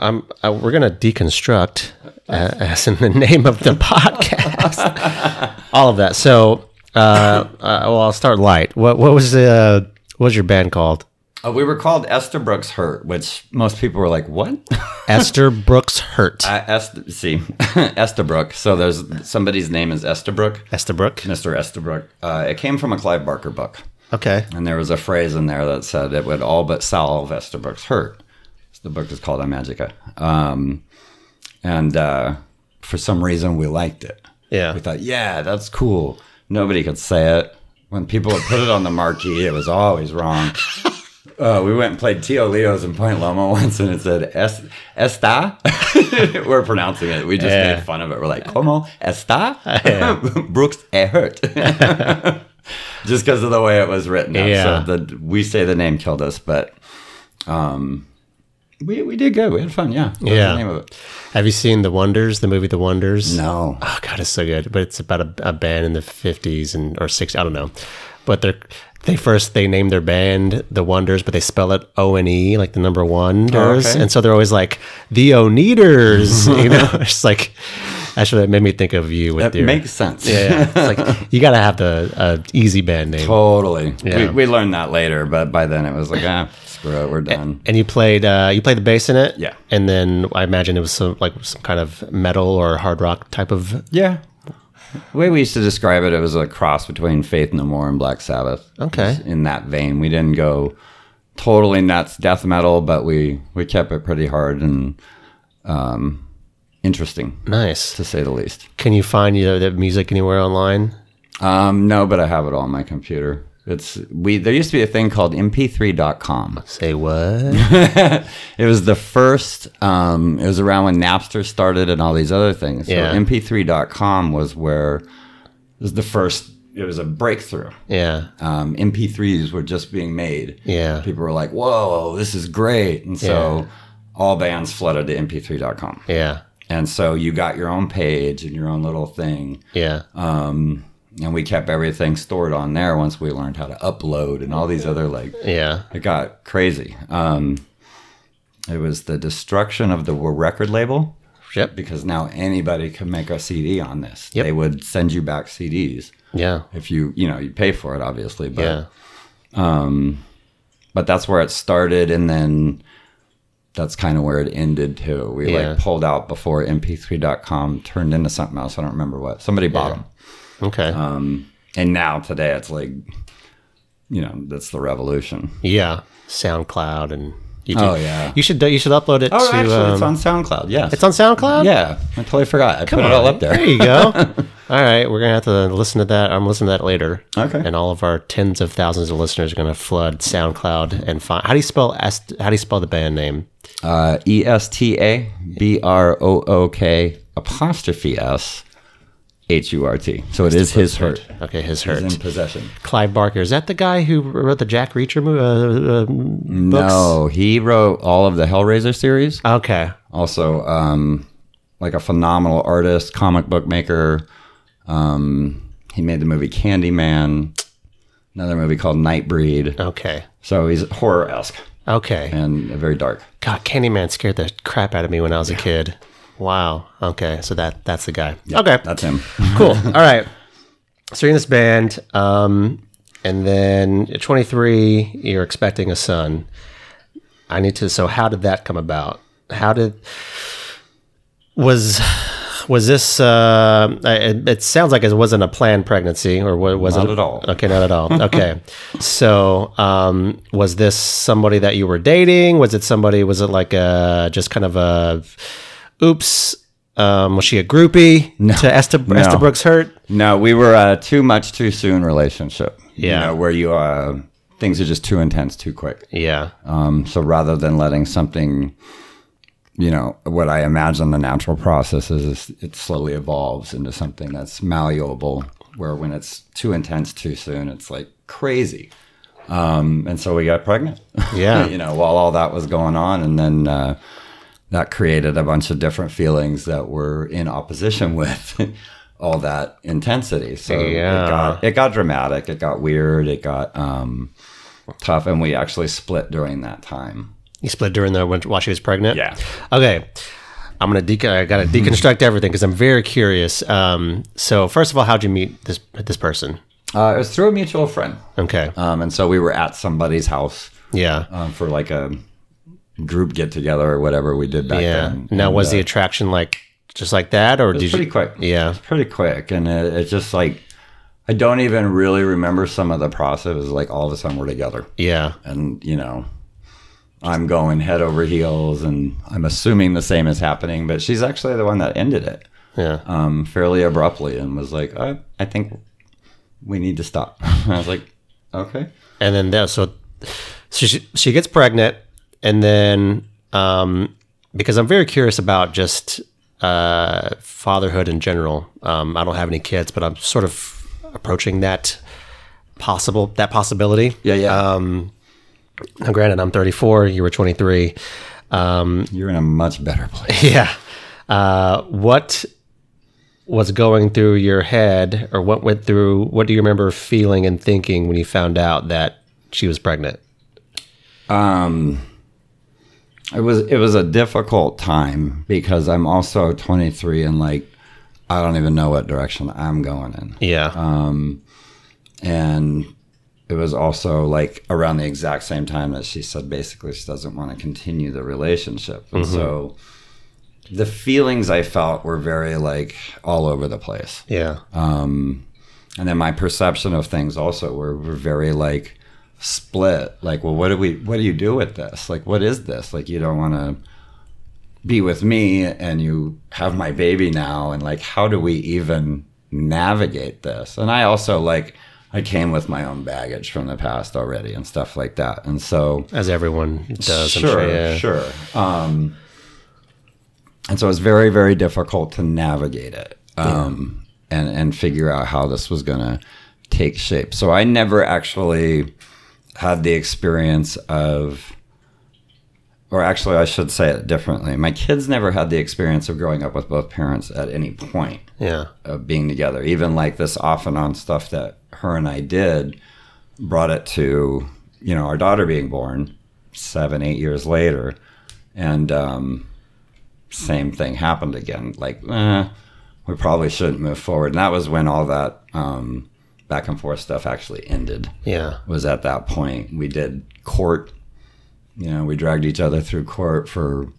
S1: um, uh, we're gonna deconstruct uh, as in the name of the podcast, all of that. So, uh, uh, well, I'll start light. What what was the what was your band called?
S2: Uh, we were called Esther Brooks Hurt, which most people were like, "What?"
S1: Esther Brooks Hurt.
S2: I, Est- see, Estabrook. So there's somebody's name is Estabrook,
S1: Esther Brook.
S2: Mr. Estabrook. Uh, it came from a Clive Barker book.
S1: Okay.
S2: And there was a phrase in there that said it would all but solve Estabrook's hurt. So the book is called Imagica. Um, and uh, for some reason, we liked it.
S1: Yeah.
S2: We thought, yeah, that's cool. Nobody could say it. When people would put it on the marquee, it was always wrong. Uh, we went and played Tio Leo's in Point Loma once, and it said es- "esta." We're pronouncing it. We just
S1: Yeah.
S2: made fun of it. We're like, "Como esta?" Brooks eh, hurt, just because of the way it was written. up.
S1: Yeah.
S2: So the we say the name killed us, but um, we we did good. We had fun. Yeah. That was
S1: Yeah.
S2: The name of it.
S1: Have you seen The Wonders? The movie The Wonders?
S2: No.
S1: Oh god, it's so good. But it's about a, a band in the fifties and or sixties. I don't know. But they're they first they name their band the Wonders, but they spell it O N E like the number one doors,
S2: okay.
S1: and so they're always like the Oneaters. you know, it's like actually that made me think of you with
S2: That
S1: your
S2: makes sense.
S1: yeah. It's like you gotta have the uh, easy band name.
S2: Totally.
S1: Yeah.
S2: We, we learned that later, but by then it was like, ah, screw it, we're done.
S1: And you played uh, you played the bass in it,
S2: Yeah.
S1: And then I imagine it was some like some kind of metal or hard rock type of.
S2: Yeah. The way we used to describe it, it was a cross between Faith No More and Black Sabbath.
S1: Okay.
S2: In that vein, we didn't go totally nuts death metal, but we we kept it pretty hard and um, interesting
S1: Nice.
S2: to say the least.
S1: Can you find you know, that music anywhere online?
S2: Um, no, but I have it all on my computer. It's we there used to be a thing called mp3.com.
S1: Say what?
S2: It was the first, um, it was around when Napster started and all these other things. So
S1: Yeah.
S2: mp3.com was where it was the first, it was a breakthrough.
S1: Yeah.
S2: Um, MP3s were just being made.
S1: Yeah.
S2: People were like, whoa, this is great. And so all bands flooded to mp3.com.
S1: Yeah.
S2: And so you got your own page and your own little thing.
S1: Yeah.
S2: Um, And we kept everything stored on there once we learned how to upload and all these other like
S1: yeah.
S2: it got crazy. Um, it was the destruction of the record label
S1: Yep.
S2: because now anybody can make a CD on this.
S1: Yep.
S2: They would send you back CDs
S1: Yeah.
S2: if you, you know, you pay for it obviously, but
S1: Yeah.
S2: but that's where it started and then that's kind of where it ended too. We
S1: Yeah.
S2: like pulled out before mp3.com turned into something else. I don't remember what. Somebody bought them.
S1: Okay.
S2: um, And now today it's like you know, that's the revolution.
S1: yeah. SoundCloud and YouTube.
S2: Oh, yeah.
S1: You should do- you should upload it
S2: Oh,
S1: to.
S2: actually,
S1: um,
S2: it's on SoundCloud. Yes.
S1: it's on SoundCloud.
S2: Yeah, I totally forgot. I put it all up there.
S1: There you go. all right, we're gonna have to listen to that. I'm listening to that later.
S2: Okay.
S1: And all of our tens of thousands of listeners are gonna flood SoundCloud and find. How do you spell? Est- How do you spell the band name?
S2: Uh, e S T A B R O O K apostrophe S H U R T. So it is his hurt.
S1: Okay, his
S2: He's
S1: hurt.
S2: in possession.
S1: Clive Barker is that the guy who wrote the Jack Reacher movie? Uh, uh, books?
S2: No, he wrote all of the Hellraiser series.
S1: Okay.
S2: Also, um, like a phenomenal artist, comic book maker. Um, he made the movie Candyman, another movie called Nightbreed.
S1: Okay.
S2: So he's horror esque
S1: Okay.
S2: and very dark.
S1: God, Candyman scared the crap out of me when I was a kid. Wow. Okay, so that that's the guy. okay,
S2: That's him.
S1: cool. All right. So you're in this band, um, and then at 23, you're expecting a son. I need to. So how did that come about? How did was was this? Uh, it, it sounds like it wasn't a planned pregnancy, or wa- was
S2: Not
S1: it
S2: at all.
S1: Okay, not at all. Okay, so um, was this somebody that you were dating? Was it somebody? Was it like a just kind of a oops? Um, was she a groupie to Esta, Esta Brooks Hurt?
S2: No, we were a too much too soon relationship.
S1: Yeah.
S2: You know, where you uh things are just too intense too quick.
S1: Yeah,
S2: Um so rather than letting something you know, what I imagine the natural process is, is it slowly evolves into something that's malleable where when it's too intense too soon it's like crazy. Um, and so we got pregnant.
S1: Yeah.
S2: you know, while all that was going on, and then uh, that created a bunch of different feelings that were in opposition with all that intensity. So
S1: Yeah.
S2: it got it got dramatic. It got weird. It got um, tough, and we actually split during that time.
S1: You split during the when, while she was pregnant.
S2: Yeah.
S1: Okay. I'm gonna de- I gotta deconstruct everything because I'm very curious. Um, so first of all, how'd you meet this this person?
S2: Uh, it was through a mutual friend,
S1: Okay.
S2: um, and so we were at somebody's house
S1: yeah.
S2: um, for like a group get together or whatever we did back
S1: yeah.
S2: then.
S1: now, was the attraction like just like that, or did
S2: It's pretty
S1: you?
S2: quick.
S1: Yeah.
S2: It's pretty quick. And it, it's just like, I don't even really remember some of the process. It was like all of a sudden we're together.
S1: Yeah.
S2: And, you know, I'm going head over heels and I'm assuming the same is happening, but she's actually the one that ended it
S1: Yeah.
S2: um, fairly abruptly and was like, uh, I think we need to stop. I was like, okay.
S1: and then that so so she, she gets pregnant and then um because i'm very curious about just uh fatherhood in general um i don't have any kids but i'm sort of approaching that possible that possibility
S2: Yeah, yeah.
S1: now granted i'm 34 you were 23
S2: You're in a much better place.
S1: yeah uh what was going through your head or what went through what do you remember feeling and thinking when you found out that she was pregnant
S2: It was it was a difficult time because I'm also 23 and like I don't even know what direction I'm going in.
S1: yeah
S2: and it was also like around the exact same time that she said basically she doesn't want to continue the relationship and so the feelings i felt were very like all over the place
S1: yeah
S2: and then my perception of things also were, were very like split like well what do we what do you do with this like what is this like you don't want to be with me and you have my baby now and like how do we even navigate this and i also like i came with my own baggage from the past already and stuff like that and so
S1: as everyone does.
S2: Sure,
S1: I'm sure, yeah.
S2: sure. Um, and so it was very, very difficult to navigate it um, and and figure out how this was going to take shape. So I never actually had the experience of, or actually, I should say it differently. My kids never had the experience of growing up with both parents at any point
S1: yeah,
S2: of being together. Even like this off and on stuff that her and I did brought it to, you know, our daughter being born seven, eight years later. And um, same thing happened again. Like, eh, we probably shouldn't move forward. And that was when all that um, back and forth stuff actually ended
S1: yeah,
S2: was at that point. We did court, you know, we dragged each other through court for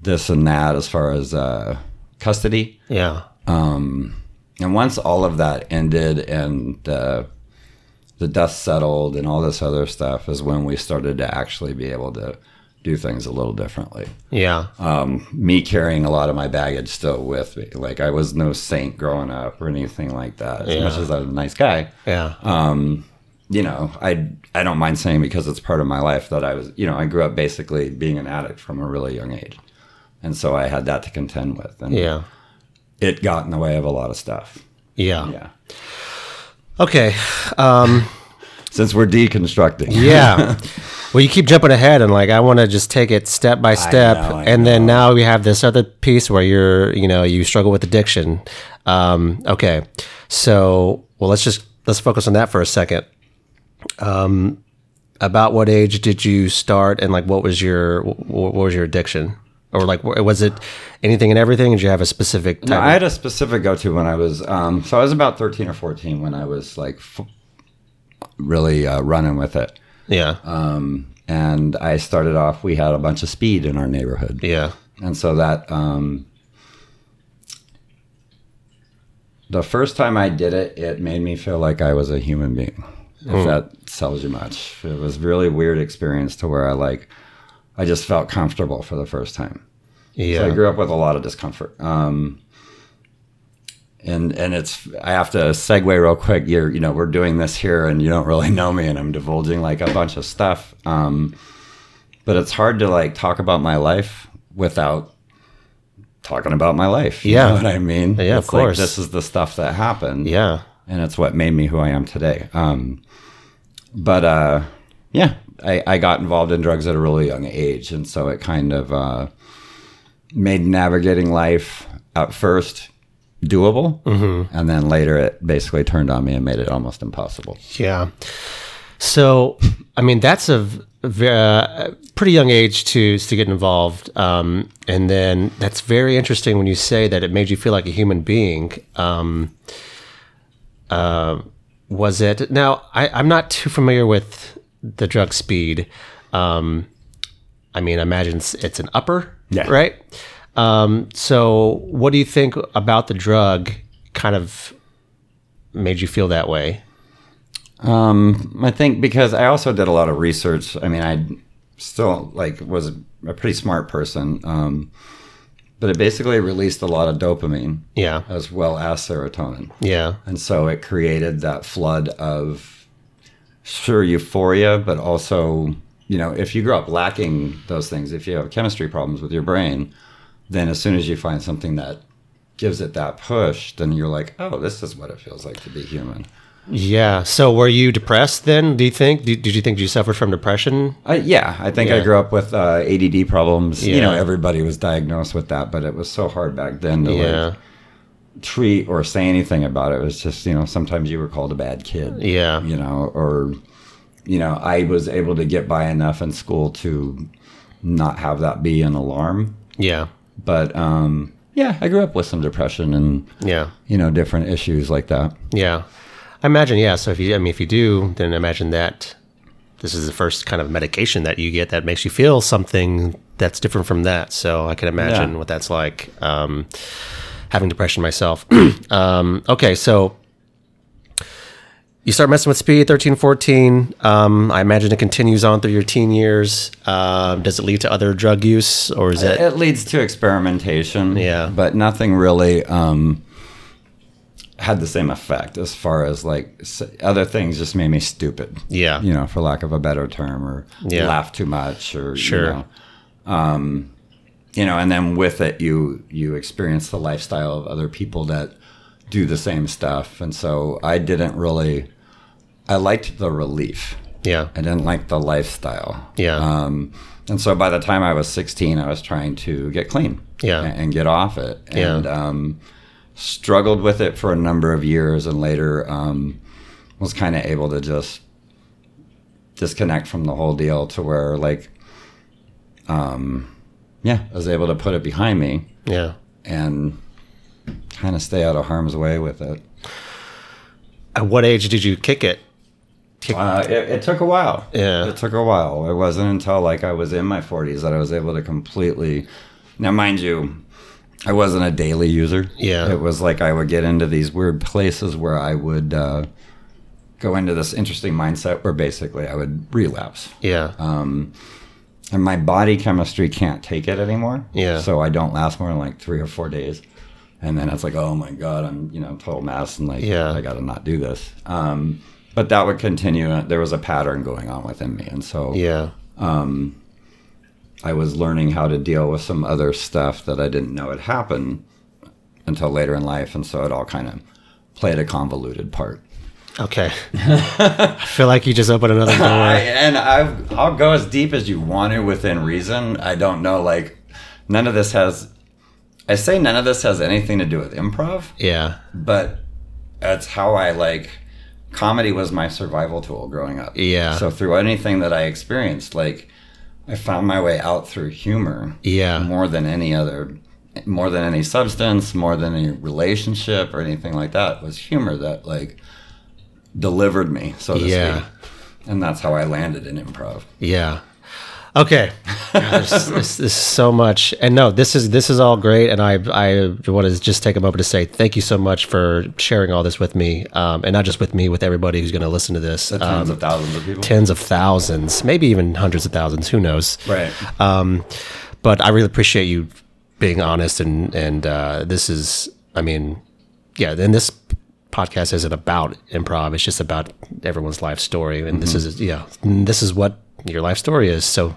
S2: this and that as far as uh, custody.
S1: yeah,
S2: And once all of that ended and the the dust settled and all this other stuff is when we started to actually be able to do things a little differently.
S1: yeah,
S2: Uh, Me carrying a lot of my baggage still with me. Like I was no saint growing up or anything like that. As much as I was a nice guy,
S1: yeah,
S2: uh, you know, I I don't mind saying because it's part of my life that I was, you know, I grew up basically being an addict from a really young age. And so I had that to contend with. And
S1: yeah,
S2: it got in the way of a lot of stuff.
S1: yeah.
S2: Yeah.
S1: Okay,
S2: Since we're deconstructing.
S1: yeah. well, you keep jumping ahead, and like I want to just take it step by step,
S2: know, I
S1: and then now we have this other piece where you're, you know, you struggle with addiction. Um, okay, so well, let's just let's focus on that for a second. Um, about what age did you start, and like what was your wh- wh- what was your addiction? Or like, wh- was it anything and everything? Did you have a specific type?
S2: No, I had a specific go-to when I was, um, so I was about 13 or 14 when I was like f- really uh, running with it.
S1: yeah,
S2: Uh, And I started off, we had a bunch of speed in our neighborhood.
S1: yeah.
S2: And so that, um, the first time I did it, it made me feel like I was a human being. If that sells you much, it was really weird experience to where I like, I just felt comfortable for the first time. So I
S1: Yeah.
S2: grew up with a lot of discomfort. Um, and and it's I have to segue real quick. You're you know we're doing this here, and you don't really know me, and I'm divulging like a bunch of stuff. Um, but it's hard to like talk about my life without talking about my life. You
S1: Yeah.
S2: know what I mean.
S1: Yeah, of
S2: It's like,
S1: course.
S2: this is the stuff that happened
S1: Yeah.
S2: and it's what made me who I am today. Um, but uh, yeah, I, I got involved in drugs at a really young age, and so it kind of uh, made navigating life at first doable, and then later it basically turned on me and made it almost impossible.
S1: Yeah. So, I mean, that's a v- v- uh, pretty young age to to get involved, um, and then that's very interesting when you say that it made you feel like a human being. Um, uh, was it? Now, I, I'm not too familiar with the drug speed. Um, I mean, I imagine it's, it's an upper,
S2: Yeah.
S1: right? Um, so, what do you think about the drug? Kind of made you feel that way.
S2: Um, I think because I also did a lot of research. I mean, I still like was a pretty smart person, um, but it basically released a lot of dopamine
S1: Yeah.
S2: as well as serotonin.
S1: Yeah.
S2: And so it created that flood of sure euphoria, but also, you know, if you grow up lacking those things, if you have chemistry problems with your brain, then as soon as you find something that gives it that push, then you're like, oh, this is what it feels like to be human.
S1: Yeah. So were you depressed then? Do you think? Did, did you think you suffered from depression?
S2: Uh, yeah, I think I
S1: Yeah.
S2: grew up with uh, ADD problems. You know,
S1: Yeah.
S2: everybody was diagnosed with that, but it was so hard back then to
S1: Yeah.
S2: like treat or say anything about it. It was just, you know, sometimes you were called a bad kid.
S1: Yeah.
S2: you know, or you know, I was able to get by enough in school to not have that be an alarm.
S1: Yeah.
S2: But um, yeah, I grew up with some depression and
S1: Yeah.
S2: you know different issues like that.
S1: Yeah. I imagine. Yeah. So if you, I mean, if you do, then imagine that this is the first kind of medication that you get that makes you feel something that's different from that. So I can imagine
S2: Yeah.
S1: what that's like. Um, having depression myself. um, okay. So you start messing with speed 13 14 um, i imagine it continues on through your teen years um, does it lead to other drug use or is it
S2: It leads to experimentation,
S1: Yeah.
S2: but nothing really um, had the same effect as far as like s- other things. Just made me stupid,
S1: Yeah.
S2: you know, for lack of a better term, or
S1: Yeah.
S2: laugh too much, or
S1: Sure.
S2: You know, um, you know, and then with it, you you experience the lifestyle of other people that do the same stuff, and so I didn't really. I liked the relief.
S1: yeah.
S2: I didn't like the lifestyle.
S1: Yeah.
S2: Um, and so by the time I was 16, I was trying to get clean.
S1: Yeah.
S2: a- And, get off it.
S1: Yeah.
S2: And um, struggled with it for a number of years and later um, was kind of able to just disconnect from the whole deal to where, like, um, yeah, I was able to put it behind me
S1: Yeah.
S2: and kind of stay out of harm's way with it.
S1: At what age did you kick it?
S2: Uh, it, it took a while.
S1: Yeah.
S2: It took a while. It wasn't until like I was in my 40s that I was able to completely. Now, mind you, I wasn't a daily user.
S1: Yeah.
S2: It was like I would get into these weird places where I would uh, go into this interesting mindset where basically I would relapse.
S1: Yeah.
S2: uh, Um, And my body chemistry can't take it anymore.
S1: Yeah.
S2: So I don't last more than like three or four days. And then it's like, oh my God, I'm, you know, total mess. And like,
S1: Yeah.
S2: I got to not do this. Um, but that would continue. Uh, There was a pattern going on within me. And so
S1: yeah.
S2: I was learning how to deal with some other stuff that I didn't know had happened until later in life. And so it all kind of played a convoluted part.
S1: Okay. I feel like you just opened another
S2: I,
S1: door.
S2: and I've, I'll go as deep as you want to within reason. I don't know, like, none of this has. I say none of this has anything to do with improv,
S1: Yeah.
S2: but that's how I like. Comedy was my survival tool growing up.
S1: Yeah.
S2: So through anything that I experienced, like, I found my way out through humor.
S1: Yeah.
S2: More than any other, more than any substance, more than any relationship or anything like that was humor that like delivered me, so to
S1: Yeah.
S2: speak. And that's how I landed in improv.
S1: Yeah. Okay. God, there's, there's, there's so much, and no, this is this is all great, and I I want to just take a moment to say thank you so much for sharing all this with me, um, and not just with me, with everybody who's going to listen to this. Uh,
S2: Tens of thousands of people.
S1: tens of thousands, maybe even hundreds of thousands. Who knows?
S2: Right.
S1: Um, but I really appreciate you being honest and and uh, this is, I mean, yeah. Then this podcast isn't about improv; it's just about everyone's life story, and this is yeah, this is what your life story is. So,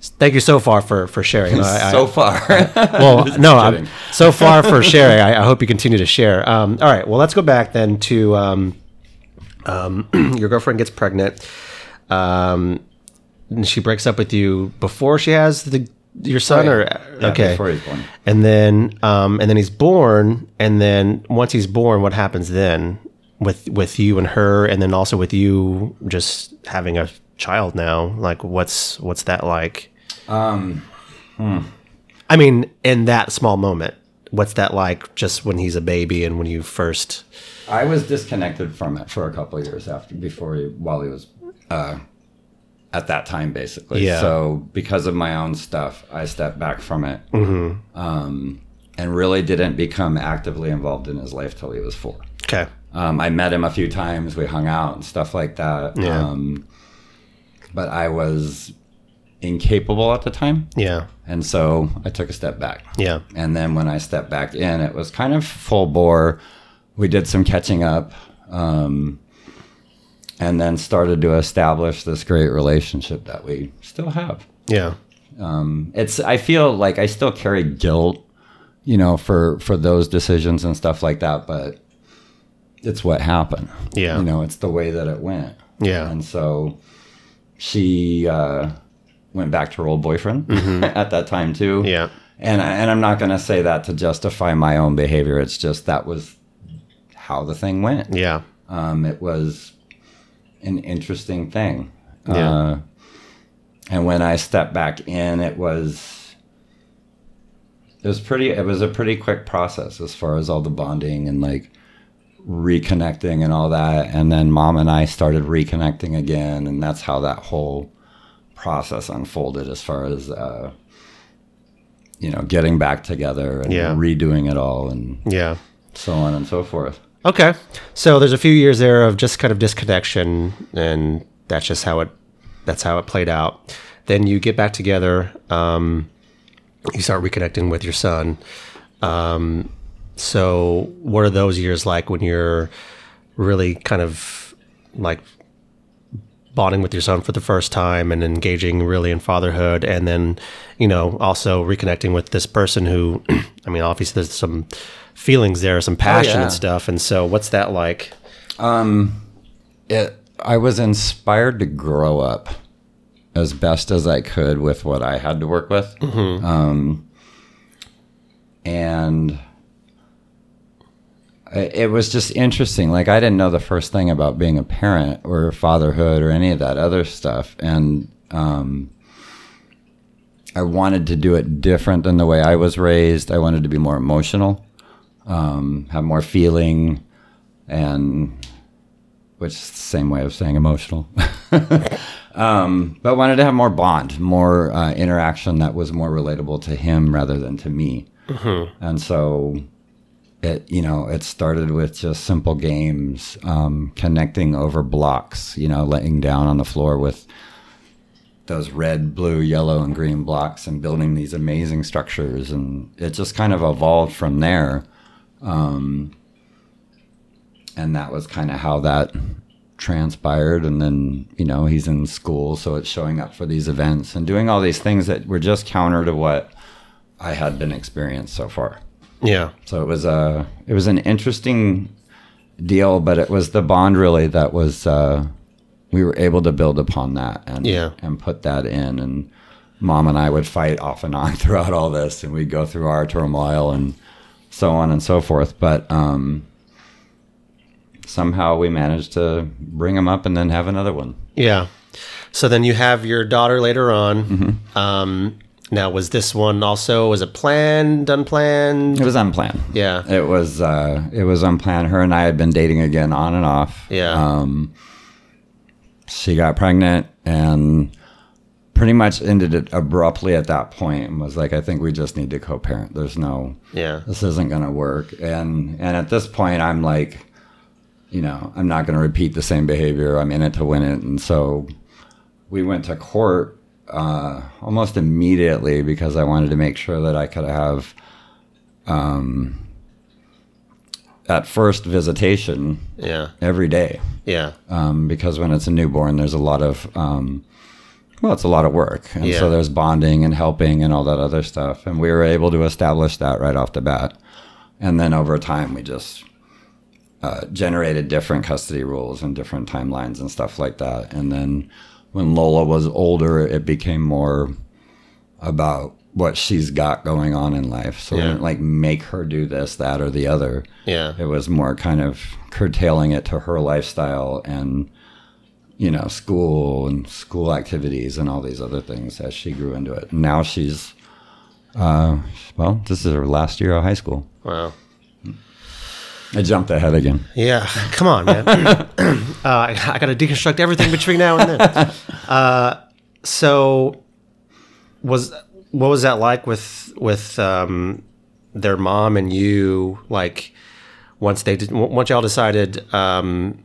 S1: thank you so far for for sharing. I- I-
S2: so far.
S1: well, no, I'm,
S2: kidding.
S1: so far for sharing. I, I hope you continue to share. Um, all right, well, let's go back then to um, um, your girlfriend gets pregnant. Um, and she breaks up with you before she has the your son, or
S2: Oh, Yeah,
S1: okay,
S2: Before he's born.
S1: and then um, and then he's born, and then once he's born, what happens then with with you and her, and then also with you just having a child now? Like, what's what's that like? Um, I mean, in that small moment, what's that like? Just when he's a baby and when you first
S2: I was disconnected from it for a couple of years after, before he, while he was uh, at that time, basically.
S1: Yeah.
S2: So because of my own stuff, I stepped back from it, um,
S1: Mm-hmm.
S2: and really didn't become actively involved in his life till he was four.
S1: okay,
S2: Um, I met him a few times. We hung out and stuff like that.
S1: Yeah.
S2: Um, but I was incapable at the time.
S1: yeah,
S2: And so I took a step back.
S1: yeah,
S2: And then when I stepped back in, it was kind of full bore. We did some catching up um, and then started to establish this great relationship that we still have.
S1: yeah,
S2: It's, I feel like I still carry guilt, you know, for, for those decisions and stuff like that, but it's what happened.
S1: Yeah.
S2: You know, it's the way that it went.
S1: yeah,
S2: And so she uh, went back to her old boyfriend at that time too.
S1: Mm-hmm. Yeah.
S2: And I, and I'm not going to say that to justify my own behavior. It's just that was how the thing went.
S1: yeah,
S2: Um, it was an interesting thing.
S1: Yeah.
S2: Uh, and when I stepped back in, it was it was pretty. It was a pretty quick process as far as all the bonding and like reconnecting and all that. And then mom and I started reconnecting again, and that's how that whole process unfolded as far as uh, you know getting back together and
S1: Yeah.
S2: redoing it all and
S1: yeah.
S2: so on and so forth.
S1: Okay. So there's a few years there of just kind of disconnection and that's just how it that's how it played out. Then you get back together, um, you start reconnecting with your son. Um, so what are those years like when you're really kind of like bonding with your son for the first time and engaging really in fatherhood and then you know also reconnecting with this person who i mean obviously there's some feelings there some passion
S2: Oh, yeah.
S1: and stuff and so what's that like
S2: it I was inspired to grow up as best as I could with what I had to work with. Um, and i- it was just interesting. Like I didn't know the first thing about being a parent or fatherhood or any of that other stuff. And, um, I wanted to do it different than the way I was raised. I wanted to be more emotional, um, have more feeling and which is the same way of saying emotional. um, but wanted to have more bond, more uh, interaction that was more relatable to him rather than to me. And so it, you know, it started with just simple games, um, connecting over blocks, you know, laying down on the floor with those red, blue, yellow, and green blocks and building these amazing structures. And it just kind of evolved from there and that was kind of how that transpired and then you know he's in school so it's showing up for these events and doing all these things that were just counter to what i had been experienced so far
S1: yeah
S2: so it was a it was an interesting deal but it was the bond really that was uh we were able to build upon that and
S1: Yeah.
S2: and put that in and mom and i would fight off and on throughout all this and we'd go through our turmoil and so on and so forth but um somehow we managed to bring him up and then have another one
S1: yeah so then you have your daughter later on
S2: Mm-hmm.
S1: um now was this one also was it planned unplanned
S2: it was unplanned
S1: yeah
S2: it was uh it was unplanned her and i had been dating again on and off
S1: yeah
S2: Um, she got pregnant and pretty much ended it abruptly at that point and was like i think we just need to co-parent there's no
S1: yeah
S2: this isn't going to work and and at this point i'm like you know i'm not going to repeat the same behavior i'm in it to win it and so we went to court uh, almost immediately because i wanted to make sure that i could have um, at first visitation
S1: yeah
S2: every day
S1: yeah
S2: um, because when it's a newborn, there's a lot of um, well, it's a lot of work, and
S1: Yeah.
S2: so there's bonding and helping and all that other stuff. And we were able to establish that right off the bat, and then over time, we just uh, generated different custody rules and different timelines and stuff like that, and then when Lola was older, it became more about what she's got going on in life. So we
S1: Yeah.
S2: didn't like make her do this, that, or the other.
S1: Yeah.
S2: It was more kind of curtailing it to her lifestyle and, you know, school and school activities and all these other things as she grew into it. Now she's, uh, well, this is her last year of high school.
S1: Wow.
S2: I jumped ahead again.
S1: Yeah, come on, man. uh, I got to deconstruct everything between now and then. Uh, so, was what was that like with with um, their mom and you? Like, once they did, w- once y'all decided, um,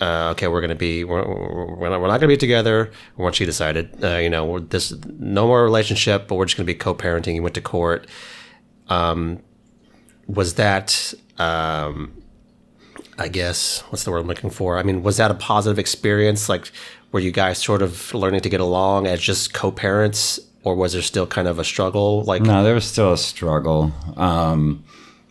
S1: uh, okay, we're gonna be we're, we're not, we're not gonna be together. Once you decided, uh, you know, we're this no more relationship, but we're just gonna be co-parenting. You went to court. Um, was that um, I guess what's the word I'm looking for? I mean, was that a positive experience? Like, were you guys sort of learning to get along as just co-parents, or was there still kind of a struggle? Like,
S2: No, there was still a struggle. Um,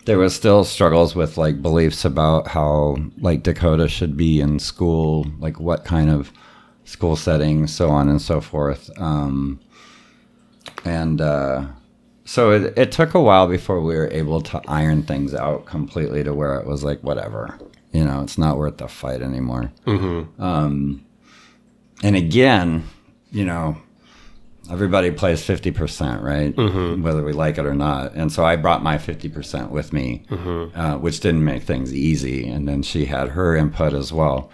S2: there was still struggles with like beliefs about how like Dakota should be in school, like what kind of school setting, so on and so forth. Um, and uh, so it, it took a while before we were able to iron things out completely to where it was like whatever, you know, it's not worth the fight anymore. Mm-hmm. Um, and again, you know, everybody plays 50%, right? Whether we like it or not. And so I brought my 50% with me, uh, which didn't make things easy. And then she had her input as well.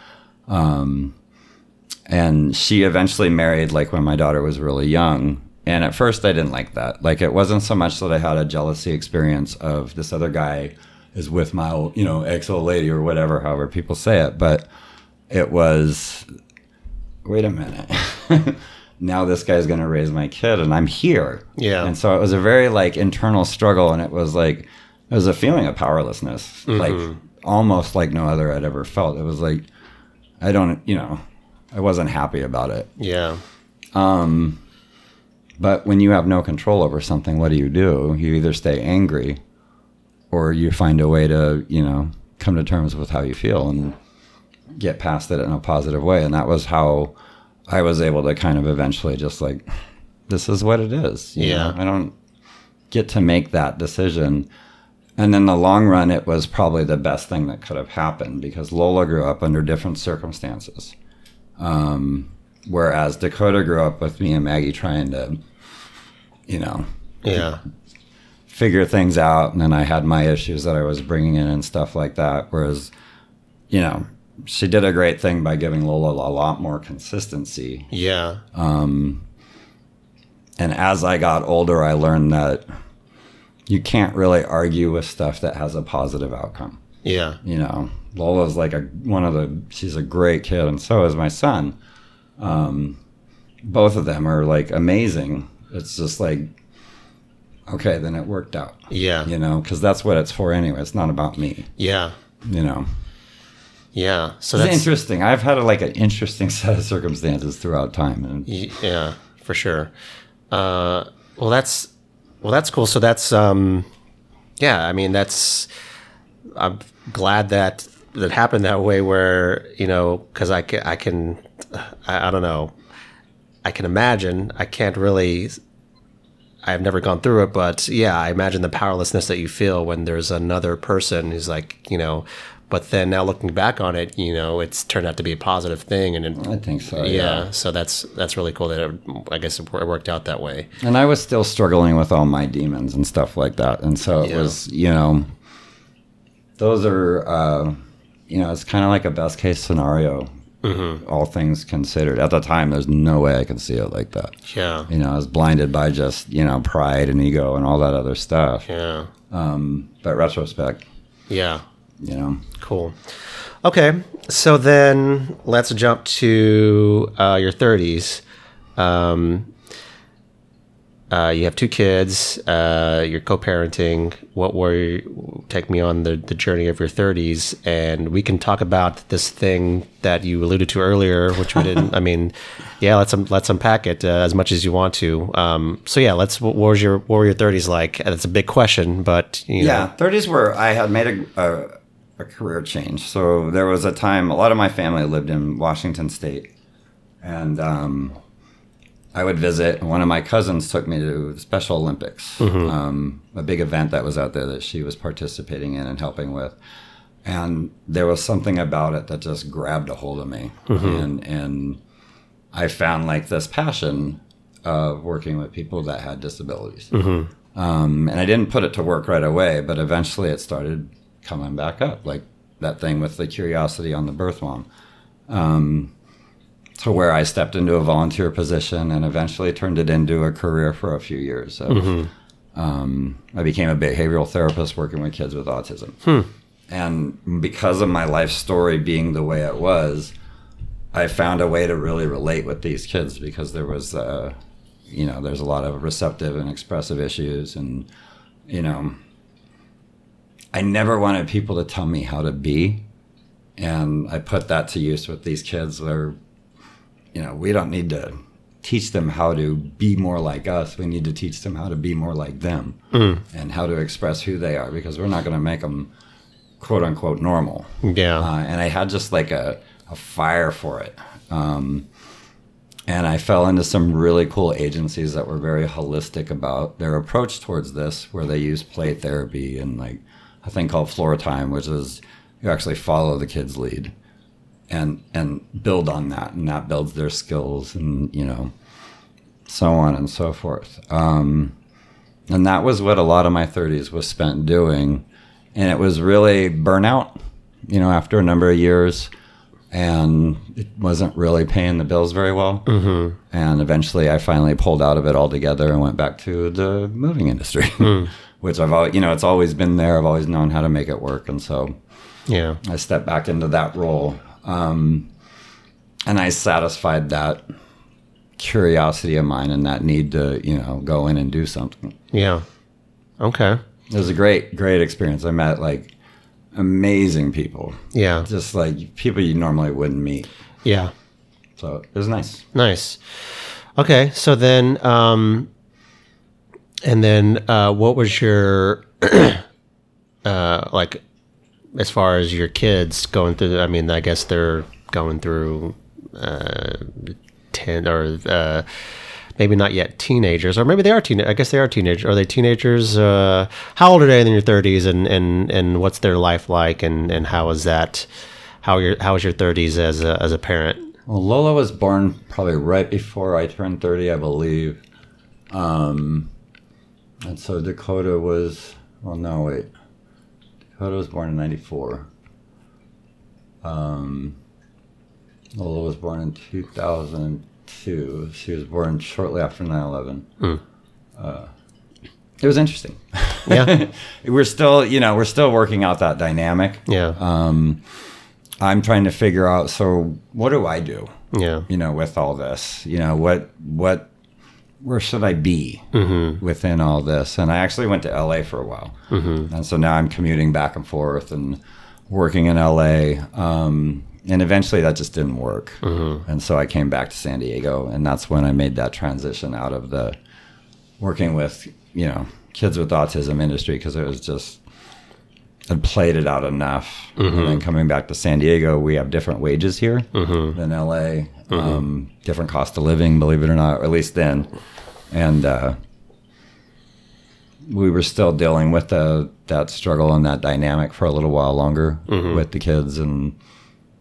S2: Um, and she eventually married, like when my daughter was really young. And at first, I didn't like that. Like, it wasn't so much that I had a jealousy experience of this other guy is with my, old, you know, ex old lady or whatever, however people say it. But it was wait a minute. now this guy's going to raise my kid and I'm here.
S1: Yeah.
S2: And so it was a very like internal struggle and it was like it was a feeling of powerlessness. Like almost like no other I'd ever felt. It was like I don't, you know, I wasn't happy about it.
S1: yeah,
S2: But when you have no control over something, what do you do? You either stay angry or you find a way to, you know, come to terms with how you feel and get past it in a positive way. And that was how I was able to kind of eventually just like, this is what it is. you
S1: Yeah.
S2: know? I don't get to make that decision. And in the long run, it was probably the best thing that could have happened because Lola grew up under different circumstances. Um, whereas Dakota grew up with me and Maggie trying to, you know,
S1: yeah,
S2: figure things out. And then I had my issues that I was bringing in and stuff like that. Whereas, you know, she did a great thing by giving Lola a lot more consistency
S1: yeah,
S2: and as I got older, I learned that you can't really argue with stuff that has a positive outcome.
S1: yeah,
S2: You know, Lola's like a one of the she's a great kid, and so is my son. Um, both of them are like amazing. It's just like okay, then it worked out.
S1: yeah,
S2: You know, because that's what it's for anyway. It's not about me.
S1: yeah,
S2: You know,
S1: yeah. So
S2: it's
S1: that's
S2: interesting. I've had like an interesting set of circumstances throughout time, and
S1: Y- yeah for sure uh well that's well that's cool so that's um yeah i mean that's i'm glad that that happened that way where you know because i can i can I, I don't know i can imagine i can't really i've never gone through it but yeah i imagine the powerlessness that you feel when there's another person who's like you know but then now looking back on it you know it's turned out to be a positive thing and it,
S2: I think so.
S1: yeah, so that's that's really cool that it, I guess it wor- it worked out that way.
S2: And I was still struggling with all my demons and stuff like that. And so it
S1: Yeah.
S2: was, you know, those are, uh, you know, it's kind of like a best case scenario,
S1: Mm-hmm.
S2: all things considered. At the time, there's no way I could see it like that.
S1: Yeah,
S2: You know, I was blinded by just, you know, pride and ego and all that other stuff.
S1: yeah,
S2: But retrospect,
S1: yeah.
S2: you know,
S1: Cool. Okay, so then let's jump to uh, your thirties. Um, uh, you have two kids. Uh, you're co-parenting. What were take me on the the journey of your thirties, and we can talk about this thing that you alluded to earlier, which we didn't. I mean, yeah, let's un- let's unpack it uh, as much as you want to. Um, so yeah, let's. What was your what were your thirties like? That's a big question, but you know,
S2: Yeah, 30s were I had made a, a, a career change. So there was a time a lot of my family lived in Washington State, and um, I would visit. One of my cousins took me to the Special Olympics,
S1: Mm-hmm.
S2: um, a big event that was out there that she was participating in and helping with. And there was something about it that just grabbed a hold of me,
S1: Mm-hmm.
S2: and and I found like this passion of working with people that had disabilities. Um, and I didn't put it to work right away, but eventually it started coming back up, like that thing with the curiosity on the birth mom to where I stepped into a volunteer position and eventually turned it into a career for a few years. Of, um, I became a behavioral therapist working with kids with autism. And because of my life story being the way it was, I found a way to really relate with these kids because there was, uh, you know, there's a lot of receptive and expressive issues. And, you know, I never wanted people to tell me how to be. And I put that to use with these kids where you know, we don't need to teach them how to be more like us. We need to teach them how to be more like them and how to express who they are because we're not going to make them quote unquote normal.
S1: Yeah.
S2: Uh, and I had just like a, a fire for it. Um, and I fell into some really cool agencies that were very holistic about their approach towards this, where they use play therapy and like a thing called floor time, which is you actually follow the kid's lead and and build on that and that builds their skills and you know so on and so forth um, and that was what a lot of my 30s was spent doing and it was really burnout you know after a number of years and it wasn't really paying the bills very well mm-hmm. and eventually i finally pulled out of it altogether and went back to the moving industry which i've always you know it's always been there i've always known how to make it work and so
S1: Yeah.
S2: I stepped back into that role. Um, and I satisfied that curiosity of mine and that need to, you know, go in and do something.
S1: Yeah. Okay.
S2: It was a great, great experience. I met like amazing people,
S1: Yeah.
S2: just like people you normally wouldn't meet.
S1: Yeah.
S2: So it was nice.
S1: Nice. Okay, so then, um, and then, uh, what was your, uh, like, as far as your kids going through? I mean, I guess they're going through uh, ten or uh, maybe not yet teenagers, or maybe they are teen. I guess they are teenagers. Are they teenagers? Uh, how old are they in your thirties, and and and what's their life like, and and how is that? How your how is your thirties as a, as a parent?
S2: Well, Lola was born probably right before I turned 30, I believe. Um, and so Dakota was, well, no, wait. Dakota was born in 94. Um, Lola was born in 2002. She was born shortly after 9 11. Uh, it was interesting.
S1: Yeah,
S2: we're still, you know, we're still working out that dynamic.
S1: yeah,
S2: Um, I'm trying to figure out so, what do I do?
S1: yeah.
S2: you know with all this you know what what where should i be within all this and i actually went to la for a while and so now i'm commuting back and forth and working in la um, and eventually that just didn't work and so i came back to san diego and that's when i made that transition out of the working with you know kids with autism industry because it was just I'd played it out enough. And then coming back to San Diego, we have different wages here than LA, um, different cost of living, believe it or not, or at least then. And uh, we were still dealing with the, that struggle and that dynamic for a little while longer with the kids and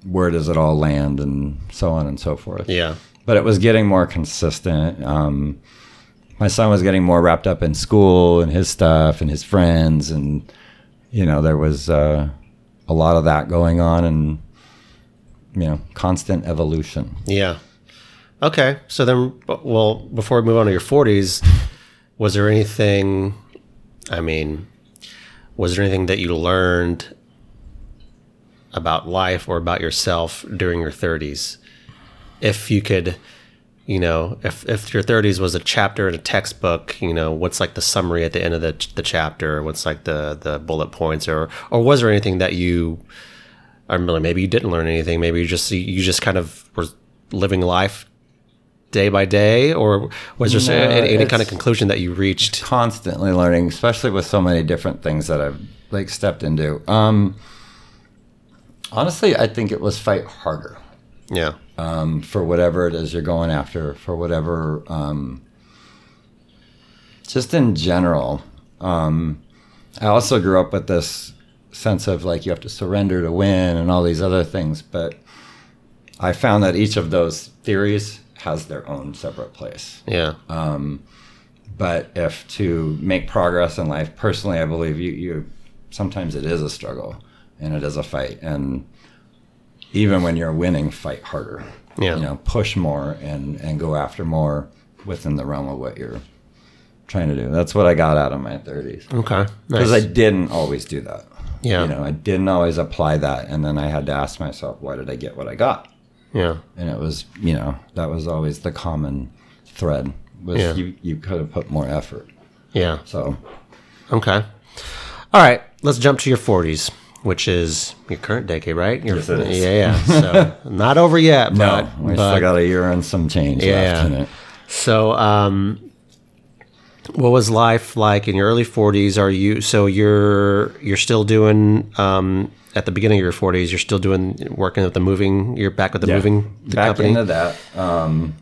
S2: where does it all land and so on and so forth
S1: Yeah.
S2: but it was getting more consistent. Um, my son was getting more wrapped up in school and his stuff and his friends, and you know there was uh, a lot of that going on, and you know constant evolution.
S1: Yeah. Okay. So then, b- well, before we move on to your 40s, was there anything, I mean, was there anything that you learned about life or about yourself during your 30s? If you could, you know, if, if your 30s was a chapter in a textbook, you know, what's like the summary at the end of the, ch- the chapter? What's like the, the bullet points? Or, or was there anything that you I mean, maybe you didn't learn anything. Maybe you just you just kind of were living life day by day, or was there some-
S2: No,
S1: any, any kind of
S2: it's-
S1: conclusion that you reached?
S2: constantly learning, especially with so many different things that I've like stepped into. Um, honestly, I think it was fight harder.
S1: Yeah.
S2: um, for whatever it is you're going after, for whatever, um, just in general. Um, I also grew up with this sense of like you have to surrender to win and all these other things, but I found that each of those theories has their own separate place.
S1: Yeah.
S2: uh, But if to make progress in life, personally, I believe you, you sometimes it is a struggle and it is a fight. And even when you're winning, fight harder.
S1: Yeah.
S2: You know, push more and, and go after more within the realm of what you're trying to do. That's what I got out of my 30s.
S1: okay.
S2: Because
S1: Nice.
S2: uh, I didn't always do that.
S1: Yeah.
S2: You know, I didn't always apply that. And then I had to ask myself, why did I get what I got?
S1: yeah.
S2: and it was you know that was always the common thread was
S1: Yeah.
S2: you, you could have put more effort
S1: Yeah.
S2: so
S1: Okay. All right. Let's jump to your 40s, which is your current decade, right? Your,
S2: Yes, it is.
S1: Yeah. Yeah. So not over yet.
S2: no
S1: but-
S2: we
S1: but
S2: still got a year and some change left in
S1: Yeah.
S2: it
S1: So, um, what was life like in your early 40s? Are you so you're you're still doing um, at the beginning of your 40s? You're still doing working with the moving. You're back with the moving the
S2: back
S1: company.
S2: into that um,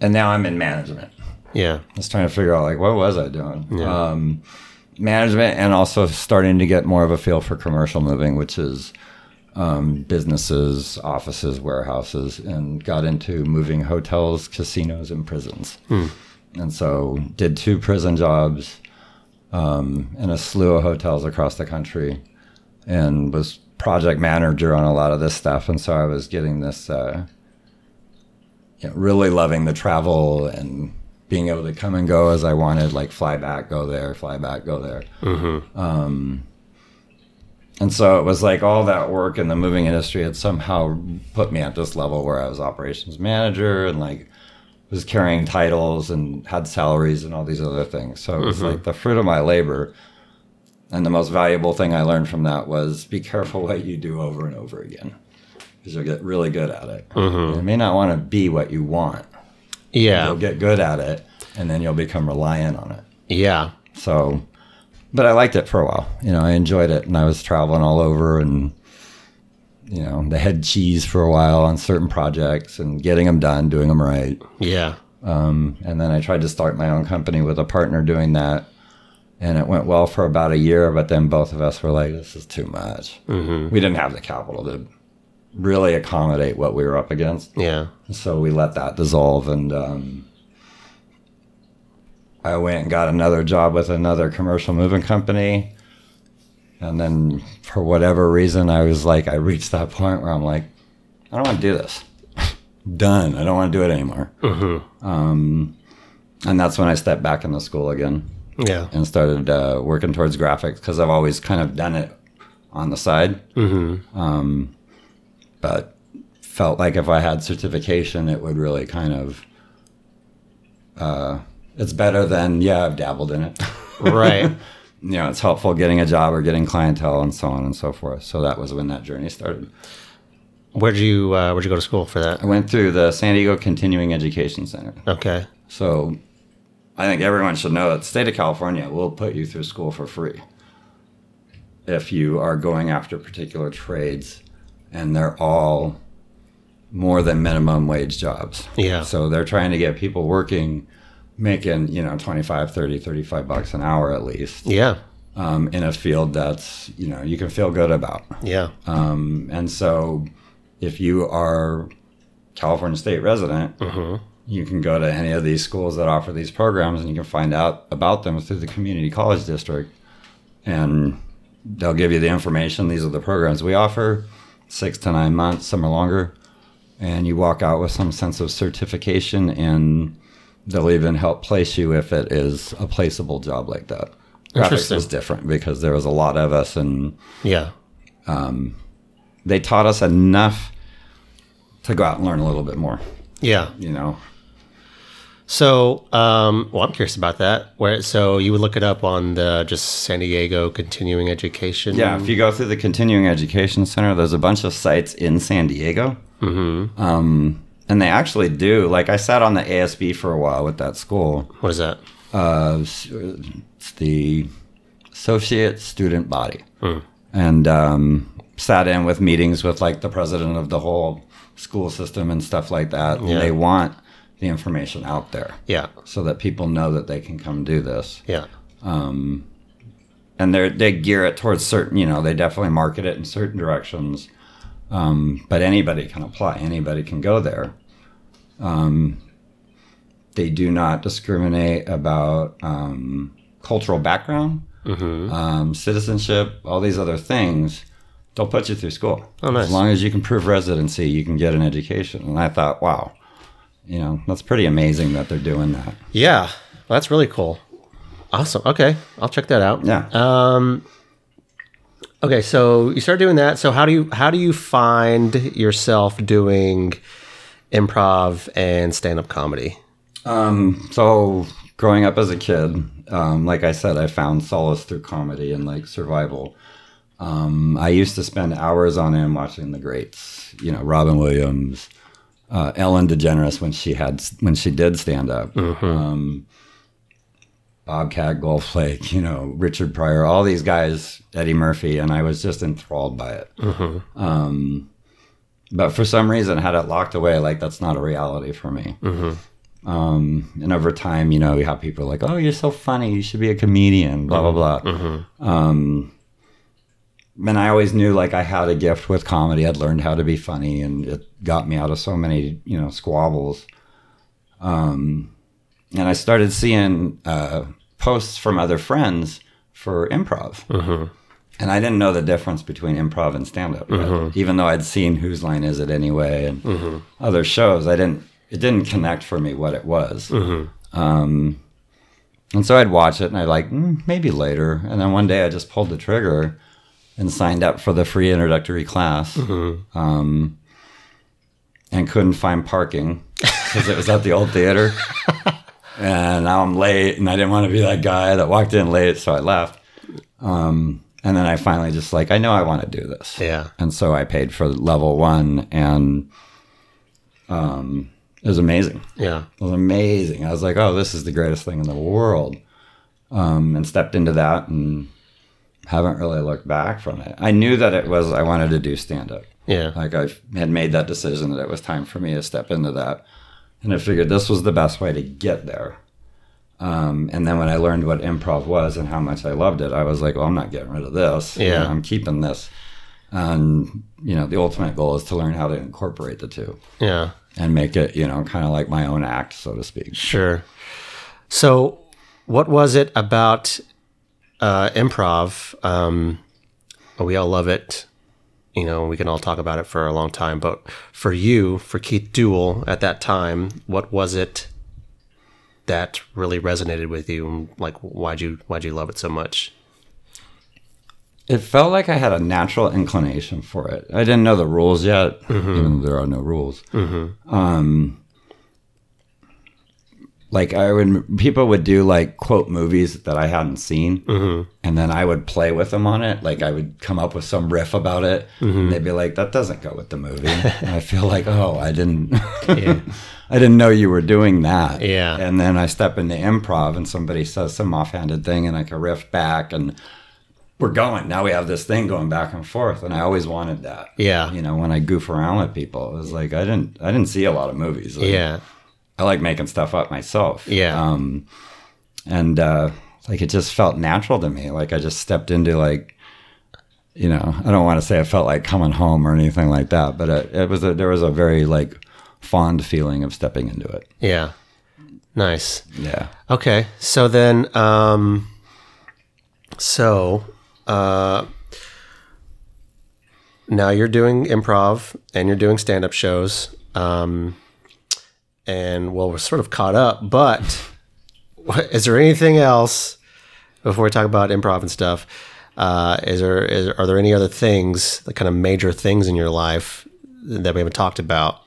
S2: and now i'm in management
S1: yeah.
S2: I was trying to figure out like what was I doing? Um, management and also starting to get more of a feel for commercial moving, which is um, businesses, offices, warehouses, and got into moving hotels, casinos, and prisons. And so did two prison jobs um, and a slew of hotels across the country, and was project manager on a lot of this stuff. And so I was getting this. Uh, you know, really loving the travel and being able to come and go as I wanted, like fly back, go there, fly back, go there. Um, and so it was like all that work in the moving industry had somehow put me at this level where I was operations manager and like was carrying titles and had salaries and all these other things. So it was like the fruit of my labor. And the most valuable thing I learned from that was be careful what you do over and over again because you'll get really good at it. You may not want to be what you want. You'll
S1: Yeah.
S2: get good at it, and then you'll become reliant on it.
S1: Yeah.
S2: So, but I liked it for a while. You know, I enjoyed it, and I was traveling all over, and you know, they had cheese for a while on certain projects and getting them done, doing them right.
S1: Yeah.
S2: And then I tried to start my own company with a partner doing that. And it went well for about a year, but then both of us were like, this is too much. We didn't have the capital to really accommodate what we were up against.
S1: Yeah.
S2: so we let that dissolve and um, i went and got another job with another commercial moving company and then for whatever reason i was like i reached that point where i'm like i don't want to do this done i don't want to do it anymore um, and that's when i stepped back into school again
S1: Yeah.
S2: and started uh, working towards graphics because I've always kind of done it on the side. Mm-hmm. Um, but felt like if I had certification, it would really kind of. Uh, it's better than yeah, I've dabbled in it.
S1: Right.
S2: you know, it's helpful getting a job or getting clientele and so on and so forth. So that was when that journey started.
S1: Where'd you uh, Where'd you go to school for that?
S2: I went through the San Diego Continuing Education Center.
S1: Okay.
S2: So I think everyone should know that the state of California will put you through school for free if you are going after particular trades and they're all more than minimum wage jobs.
S1: Yeah.
S2: So they're trying to get people working making, you know, 25, 30, 35 bucks an hour at least
S1: Yeah.
S2: um, in a field that's, you know, you can feel good about.
S1: Yeah.
S2: Um, and so, if you are California state resident, you can go to any of these schools that offer these programs, and you can find out about them through the community college district, and they'll give you the information. These are the programs we offer, six to nine months, some are longer, and you walk out with some sense of certification, and they'll even help place you if it is a placeable job like that. Graphics
S1: Interesting.
S2: was different because there was a lot of us, and
S1: Yeah.
S2: they taught us enough to go out and learn a little bit more,
S1: Yeah.
S2: you know.
S1: So, um, well, I'm curious about that. Where so you would look it up on the just San Diego continuing education.
S2: Yeah, if you go through the continuing education center, there's a bunch of sites in San Diego. Mm-hmm. Um, and they actually do. Like I sat on the ASB for a while with that school.
S1: What is that?
S2: Uh, it's the associate student body, and um, sat in with meetings with like the president of the whole school system and stuff like that.
S1: Yeah.
S2: And they want the information out there
S1: Yeah.
S2: so that people know that they can come do this.
S1: Yeah.
S2: and they they gear it towards certain you know they definitely market it in certain directions um, but anybody can apply anybody can go there um, they do not discriminate about um, cultural background
S1: Mm-hmm.
S2: um, citizenship all these other things they'll put you through school
S1: Oh, nice.
S2: as long as you can prove residency you can get an education and i thought wow you know that's pretty amazing that they're doing that
S1: Yeah. Well, that's really cool. Awesome. Okay. I'll check that out. Um,
S2: yeah
S1: Okay, so you start doing that. So how do you how do you find yourself doing improv and stand up comedy?
S2: So growing up as a kid, um, like I said, I found solace through comedy and like survival. Um, I used to spend hours on end watching the greats, you know, Robin Williams, uh, Ellen DeGeneres when she had when she did stand up, um, Bobcat Goldthwait, you know, Richard Pryor, all these guys, Eddie Murphy, and I was just enthralled by it. Um, but for some reason, had it locked away. Like that's not a reality for me. Um, and over time, you know, you have people like, "Oh, you're so funny. You should be a comedian." Blah blah blah. Um, and I always knew like I had a gift with comedy. I'd learned how to be funny, and it got me out of so many you know squabbles. Um, and I started seeing uh, posts from other friends for improv. And I didn't know the difference between improv and stand up, even though I'd seen Whose Line Is It Anyway and other shows. I didn't, it didn't connect for me what it was. Um, and so I'd watch it and I'd like, mm, maybe later. And then one day I just pulled the trigger and signed up for the free introductory class um, and couldn't find parking because it was at the old theater. and now I'm late and I didn't want to be that guy that walked in late, so I left. Um, and then I finally just like, I know I want to do this.
S1: Yeah.
S2: And so I paid for level one, and um, it was amazing.
S1: Yeah.
S2: It was amazing. I was like, oh, this is the greatest thing in the world. Um, and stepped into that and haven't really looked back from it. I knew that it was, I wanted to do stand up.
S1: Yeah.
S2: Like I had made that decision that it was time for me to step into that. And I figured this was the best way to get there. Um, and then when I learned what improv was and how much I loved it, I was like, well, I'm not getting rid of this. You
S1: Yeah.
S2: know, I'm keeping this. And, you know, the ultimate goal is to learn how to incorporate the two
S1: Yeah.
S2: and make it, you know, kind of like my own act, so to speak.
S1: Sure. So what was it about uh improv? Um we all love it. You know, we can all talk about it for a long time, but for you, for Keith Duell at that time, what was it that really resonated with you? Like why'd you why'd you love it so much?
S2: It felt like I had a natural inclination for it. I didn't know the rules yet, even though there are no rules. Um, like I would, people would do like quote movies that I hadn't seen, and then I would play with them on it. Like I would come up with some riff about it, and they'd be like, "That doesn't go with the movie." and I feel like, "Oh, I didn't, I didn't know you were doing that."
S1: Yeah.
S2: And then I step into improv, and somebody says some offhanded thing, and I can riff back and we're going now we have this thing going back and forth and i always wanted that
S1: Yeah.
S2: you know when i goof around with people it was like i didn't i didn't see a lot of movies Like,
S1: Yeah.
S2: i like making stuff up myself
S1: Yeah.
S2: um and uh like it just felt natural to me like i just stepped into like you know i don't want to say i felt like coming home or anything like that but uh, it, it was a, there was a very like fond feeling of stepping into it
S1: Yeah. Nice.
S2: yeah
S1: Okay. So then um so uh now you're doing improv and you're doing stand-up shows. Um and well we're sort of caught up, but is there anything else before we talk about improv and stuff? Uh, is there is, are there any other things, the kind of major things in your life that we haven't talked about,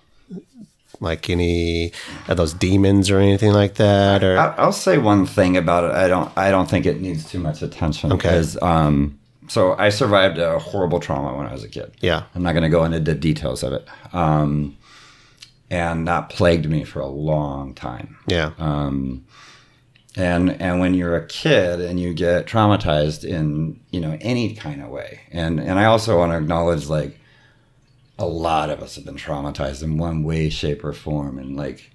S1: like any of those demons or anything like that? Or
S2: I- I'll say one thing about it. I don't. I don't think it needs too much attention.
S1: Okay.
S2: Because, um, so I survived a horrible trauma when I was a kid.
S1: Yeah.
S2: I'm not going to go into the details of it. Um, and that plagued me for a long time.
S1: Yeah.
S2: And and when you're a kid and you get traumatized in you know any kind of way, and and I also want to acknowledge like a lot of us have been traumatized in one way, shape, or form. And like,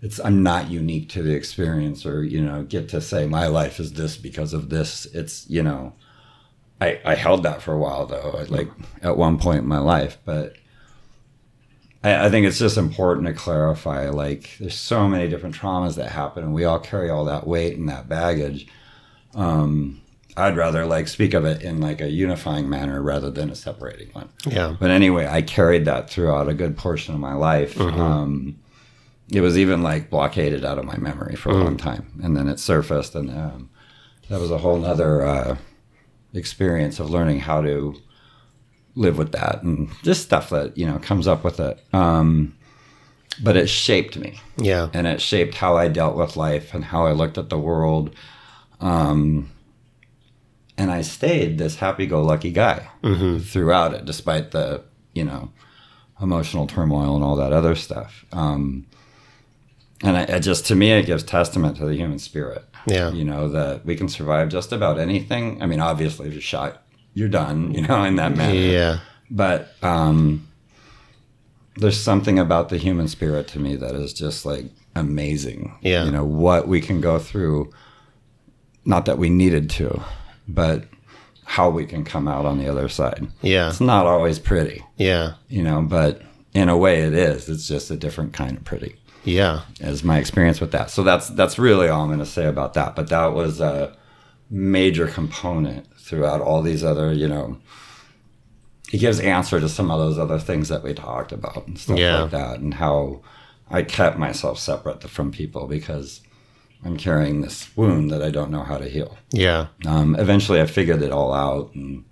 S2: it's I'm not unique to the experience, or you know, get to say my life is this because of this. It's you know, I I held that for a while though. At, like at one point in my life, but I, I think it's just important to clarify. Like, there's so many different traumas that happen, and we all carry all that weight and that baggage. Um, I'd rather like speak of it in like a unifying manner rather than a separating one.
S1: Yeah.
S2: But anyway, I carried that throughout a good portion of my life. Um, it was even like blockaded out of my memory for a long time, and then it surfaced, and um, that was a whole nother uh, experience of learning how to live with that and just stuff that you know comes up with it. Um, but it shaped me
S1: Yeah.
S2: and it shaped how I dealt with life and how I looked at the world. Um, and I stayed this happy-go-lucky guy throughout it, despite the you know emotional turmoil and all that other stuff. Um, and I, it just to me, it gives testament to the human spirit.
S1: Yeah.
S2: you know that we can survive just about anything. I mean, obviously, if you're shot, you're done. You know, in that manner
S1: Yeah.
S2: but um, there's something about the human spirit to me that is just like amazing.
S1: Yeah.
S2: you know what we can go through. Not that we needed to, but how we can come out on the other side.
S1: Yeah.
S2: It's not always pretty,
S1: Yeah.
S2: you know, but in a way it is. It's just a different kind of pretty
S1: Yeah.
S2: is my experience with that. So that's that's really all I'm going to say about that. But that was a major component throughout all these other, you know, it gives answer to some of those other things that we talked about and stuff
S1: Yeah.
S2: like that, and how I kept myself separate from people because I'm carrying this wound that I don't know how to heal.
S1: Yeah.
S2: Um, eventually, I figured it all out and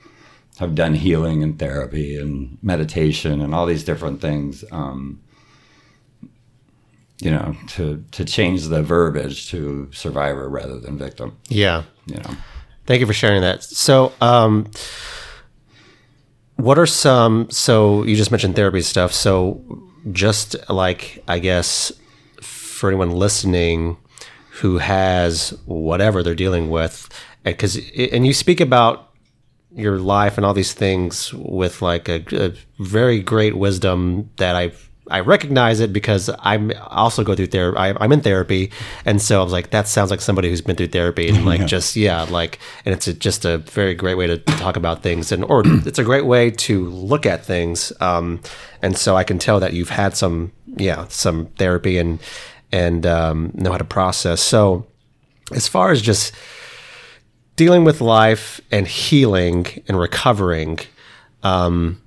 S2: have done healing and therapy and meditation and all these different things. Um, you know, to to change the verbiage to survivor rather than victim.
S1: Yeah.
S2: You know,
S1: Thank you for sharing that. So, um, what are some? So you just mentioned therapy stuff. So, just like I guess for anyone listening who has whatever they're dealing with, because and you speak about your life and all these things with like a, a very great wisdom that I I recognize it because I'm I also go through therapy. I, I'm in therapy, and so I was like, that sounds like somebody who's been through therapy and like just yeah, like and it's a, just a very great way to talk about things and or it's a great way to look at things. Um, and so I can tell that you've had some yeah some therapy and and um, know how to process. So as far as just dealing with life and healing and recovering um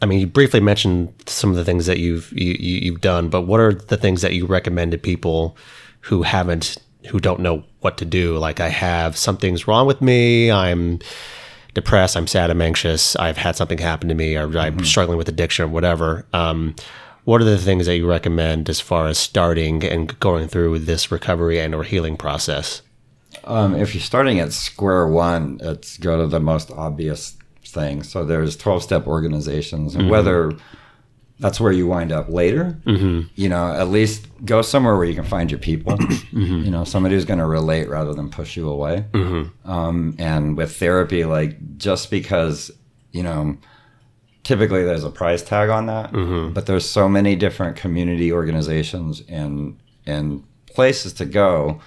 S1: i mean you briefly mentioned some of the things that you've you, you, you've done but what are the things that you recommend to people who haven't who don't know what to do like i have something's wrong with me i'm depressed i'm sad i'm anxious i've had something happen to me or i'm struggling with addiction or whatever um what are the things that you recommend as far as starting and going through this recovery and or healing process
S2: um, if you're starting at square one, it's go to the most obvious thing. So there's 12 step organizations, and whether that's where you wind up later, you know, at least go somewhere where you can find your people. You know, somebody who's going to relate rather than push you away. Um, and with therapy, like just because, you know, typically there's a price tag on that, but there's so many different community organizations and and places to go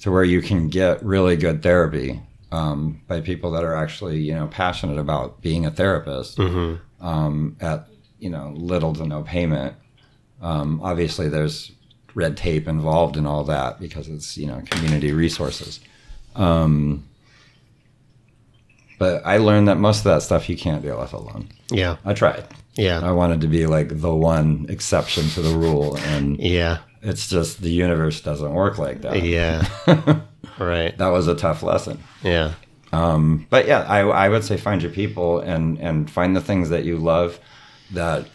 S2: to where you can get really good therapy um, by people that are actually you know passionate about being a therapist
S1: Mm-hmm.
S2: um, at you know little to no payment. Um, obviously, there's red tape involved in all that because it's you know community resources. Um, but I learned that most of that stuff you can't deal with alone.
S1: yeah
S2: I tried.
S1: yeah
S2: I wanted to be like the one exception to the rule, and
S1: Yeah.
S2: it's just the universe doesn't work like that.
S1: Yeah. right.
S2: That was a tough lesson.
S1: Yeah.
S2: But yeah, I, I would say find your people and and find the things that you love that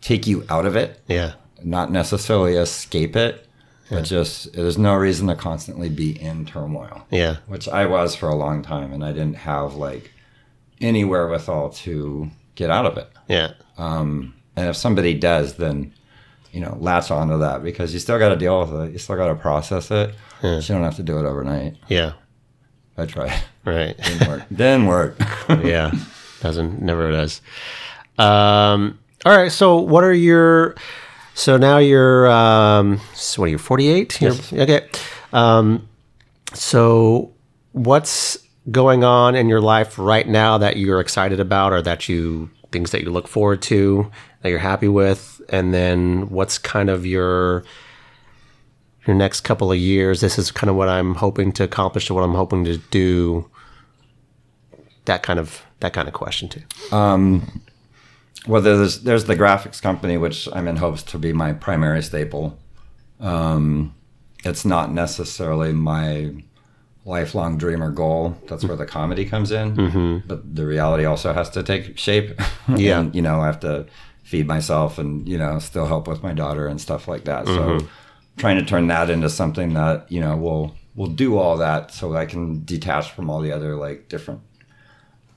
S2: take you out of it,
S1: Yeah.
S2: not necessarily escape it, but just there's no reason to constantly be in turmoil.
S1: Yeah.
S2: which I was for a long time, and I didn't have like anywhere withal to get out of it.
S1: Yeah.
S2: And if somebody does, then you know, latch onto that because you still got to deal with it. You still got to process it.
S1: Yeah.
S2: You don't have to do it overnight.
S1: Yeah.
S2: I tried.
S1: Right.
S2: Didn't work. Didn't work.
S1: yeah. Doesn't never does. Um All right. So, what are your? So now you're. Um, so what are you? Forty eight.
S2: Yes.
S1: Okay. Um, so what's going on in your life right now that you're excited about, or that you things that you look forward to, that you're happy with, and then what's kind of your your next couple of years? This is kind of what I'm hoping to accomplish, or what I'm hoping to do. That kind of that kind of question too.
S2: Well, there's there's the graphics company, which I'm in hopes to be my primary staple. Um, it's not necessarily my lifelong dream or goal. That's where the comedy comes in, but the reality also has to take shape.
S1: Yeah.
S2: and, you know, I have to feed myself and you know still help with my daughter and stuff like that. So, trying to turn that into something that you know will will do all that, so I can detach from all the other like different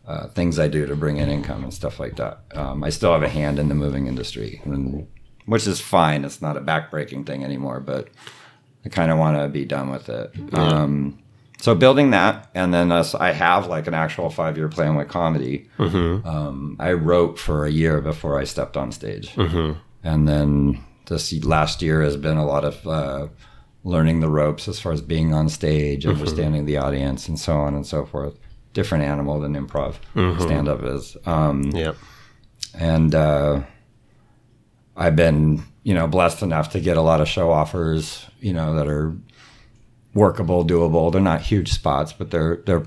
S2: uh, things I do to bring in income and stuff like that. Um, I still have a hand in the moving industry, and, which is fine. It's not a backbreaking thing anymore, but I kind of want to be done with it. Um, so building that, and then us, I have like an actual five year plan with comedy. Um, I wrote for a year before I stepped on stage, and then this last year has been a lot of uh, learning the ropes as far as being on stage, understanding the audience, and so on and so forth. Different animal than improv stand up is. Um,
S1: Yeah.
S2: and uh, I've been you know blessed enough to get a lot of show offers you know that are workable, doable. They're not huge spots, but they're they're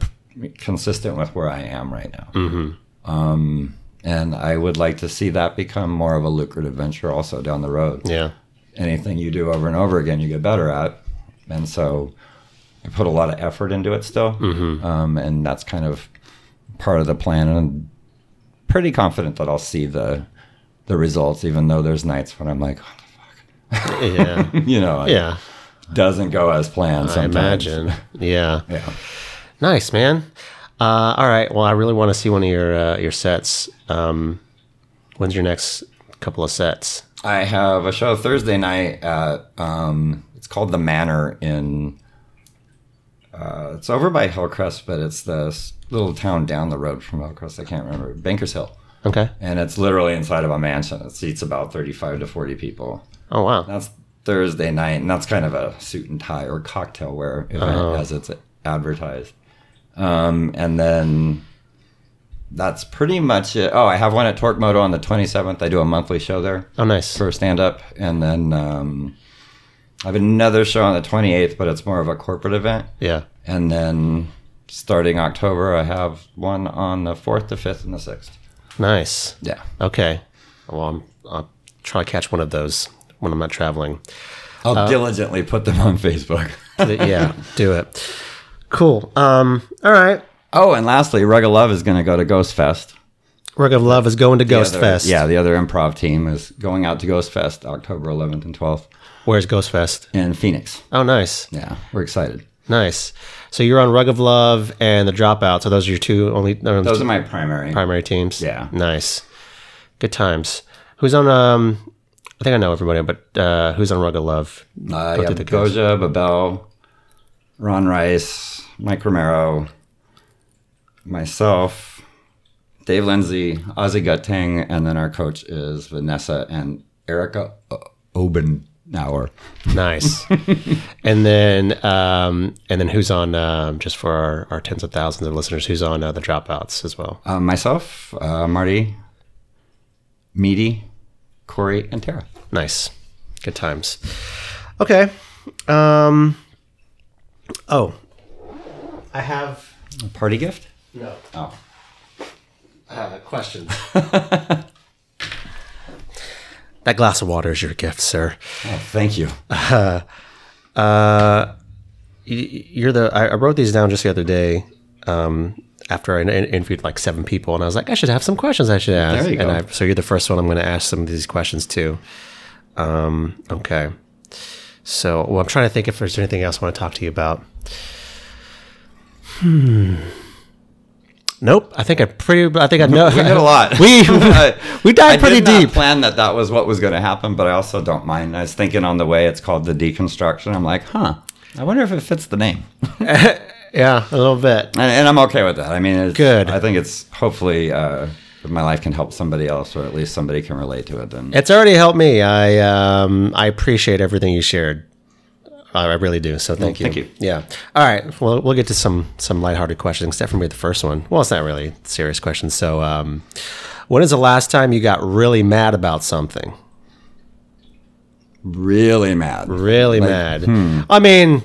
S2: consistent with where I am right now. Mm-hmm. Um, and I would like to see that become more of a lucrative venture also down the road
S1: Yeah.
S2: anything you do over and over again, you get better at. And so I put a lot of effort into it still.
S1: Mm-hmm.
S2: Um, and that's kind of part of the plan. And I'm pretty confident that I'll see the the results, even though there's nights when I'm like,
S1: Yeah.
S2: you know, it
S1: Yeah,
S2: doesn't go as planned
S1: I
S2: sometimes.
S1: imagine. Yeah,
S2: Yeah.
S1: nice man. Uh, all right. Well, I really want to see one of your uh, your sets. Um, when's your next couple of sets?
S2: I have a show Thursday night at um, it's called The Manor in. Uh, it's over by Hillcrest, but it's this little town down the road from Hillcrest. I can't remember Bankers Hill,
S1: Okay.
S2: and it's literally inside of a mansion. It seats about thirty-five to forty people.
S1: Oh wow.
S2: That's Thursday night, and that's kind of a suit and tie or cocktail wear event as it's advertised. Um, and then that's pretty much it. Oh, I have one at Torquemoto on the twenty seventh. I do a monthly show there
S1: Oh nice.
S2: for stand up, and then um, I have another show on the 28th, but it's more of a corporate event.
S1: Yeah.
S2: And then starting October, I have one on the 4th, the 5th, and the 6th.
S1: Nice.
S2: Yeah.
S1: Okay. Well, I'm, I'll try to catch one of those when I'm not traveling.
S2: I'll
S1: Uh,
S2: diligently put them on Facebook.
S1: But yeah, do it. Cool. Um, all right.
S2: oh, and lastly, Rug of Love is going to go to Ghost Fest.
S1: Rug of Love is going to Ghost
S2: The other-
S1: Fest.
S2: Yeah, the other improv team is going out to Ghost Fest October 11th and 12th
S1: Where's Ghost Fest?
S2: in Phoenix.
S1: Oh, nice.
S2: Yeah, we're excited.
S1: Nice. So you're on Rug of Love and The Dropout. So those are your two only. Those
S2: Those are my primary.
S1: primary teams.
S2: Yeah.
S1: Nice. Good times. Who's on um I think I know everybody, but uh who's on Rug of Love?
S2: Uh,
S1: Go
S2: yeah,
S1: through the cast.
S2: Goja, Babel, Ron Rice, Mike Romero, myself, Dave Lindsay, Ozzy Gutting, and then our coach is Vanessa and Erica O- Obenauer.
S1: Nice. and then um and then who's on um just for our, our tens of thousands of listeners, who's on uh, the dropouts as well.
S2: Uh, myself, uh, Marty, Meaty, Corey, and Tara.
S1: Nice. Good times. Okay. Um Oh. I have
S2: A party gift?
S1: no
S2: Oh.
S1: uh, questions. that glass of water is your gift, sir.
S2: oh, thank you.
S1: y- you're the I, I wrote these down just the other day um after I in- interviewed like seven people, and I was like, I should have some questions I should ask.
S2: There you
S1: and
S2: go.
S1: I, so you're the first one I'm going to ask some of these questions to. Um, okay. So well, I'm trying to think if there's anything else I want to talk to you about. Hmm. Nope. I think I pretty. I think I know.
S2: We did a lot.
S1: we
S2: I-
S1: we dived
S2: I
S1: pretty
S2: did not
S1: deep.
S2: plan that that was what was going to happen, but I also don't mind. I was thinking on the way. It's called the deconstruction. I'm like, huh. I wonder if it fits the name, and,
S1: yeah, a little bit.
S2: and I'm okay with that. I mean, it's,
S1: Good.
S2: I think it's hopefully uh, if my life can help somebody else, or at least somebody can relate to it, then
S1: It's already helped me. I um, I appreciate everything you shared. I I really do. So thank you.
S2: thank you.
S1: Yeah. All right. Well, we'll get to some some lighthearted questions. Except for maybe the first one. Well, it's not really a serious question. So, um, when is the last time you got really mad about something?
S2: really mad.
S1: Really mad.
S2: hmm.
S1: I mean,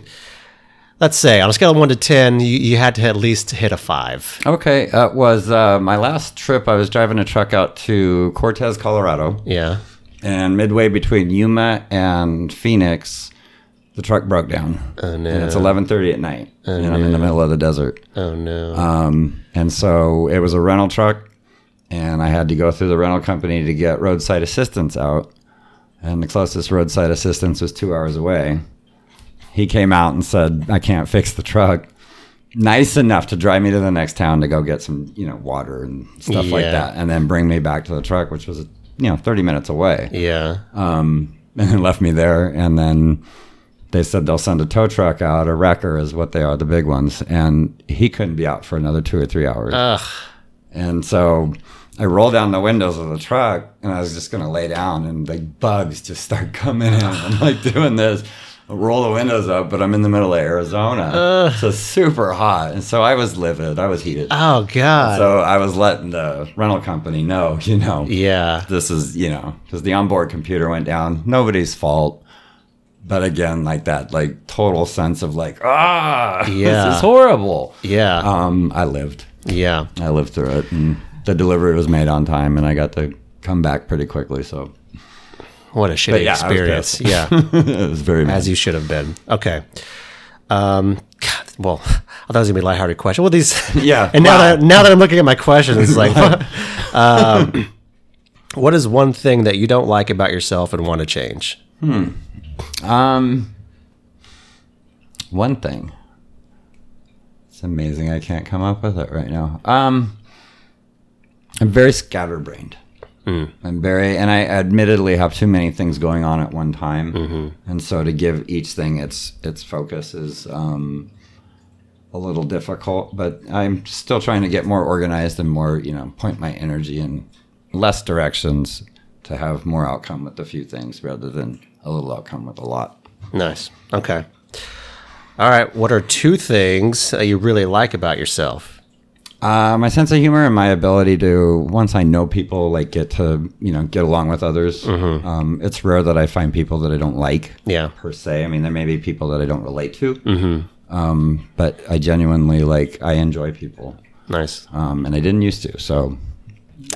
S1: let's say on a scale of one to ten, you, you had to at least hit a five.
S2: Okay, uh, it was uh, my last trip. I was driving a truck out to Cortez, Colorado,
S1: Yeah.
S2: and midway between Yuma and Phoenix, the truck broke down.
S1: Oh no.
S2: And it's 11:30 at night, and I'm in the middle of the desert.
S1: Oh no.
S2: Um, and so it was a rental truck, and I had to go through the rental company to get roadside assistance out. And the closest roadside assistance was two hours away. He came out and said, I can't fix the truck. Nice enough to drive me to the next town to go get some, you know, water and stuff like
S1: Yeah.
S2: that, and then bring me back to the truck, which was, you know, 30 minutes away
S1: yeah.
S2: um, and then left me there. And then they said they'll send a tow truck out. A wrecker is what they are, the big ones. And he couldn't be out for another two or three hours.
S1: Ugh.
S2: And so I rolled down the windows of the truck and I was just going to lay down. And the bugs just start coming in. I'm like doing this. I roll the windows up, but I'm in the middle of Arizona. so it's super hot. And so I was livid. I was heated.
S1: Oh god.
S2: so I was letting the rental company know, you know,
S1: yeah.
S2: this is you know because the onboard computer went down nobody's fault but again like that like total sense of like ah
S1: Yeah.
S2: this is horrible
S1: Yeah.
S2: um i lived
S1: yeah.
S2: i lived through it and the delivery was made on time and i got to come back pretty quickly so
S1: What a shitty
S2: yeah, I was
S1: experience.
S2: pissed.
S1: Yeah.
S2: it was very mad.
S1: as you should have been. Okay. Um, God, well, I thought it was gonna be a lighthearted question. Well, these,
S2: Yeah,
S1: And now
S2: wow.
S1: that now that I'm looking at my questions, it's like, um, what is one thing that you don't like about yourself and want to change?
S2: um one thing it's amazing i can't come up with it right now um i'm very scatterbrained I'm very, and I admittedly have too many things going on at one time, and so to give each thing its its focus is um, a little difficult. But I'm still trying to get more organized and more, you know, point my energy in less directions to have more outcome with a few things rather than a little outcome with a lot.
S1: Nice. Okay. All right. What are two things that you really like about yourself?
S2: Uh, my sense of humor and my ability to once I know people, like get to you know get along with others. Um, it's rare that I find people that I don't like.
S1: Yeah.
S2: per se. I mean, there may be people that I don't relate to, um, but I genuinely like I enjoy people,
S1: Nice.
S2: um, and I didn't used to. So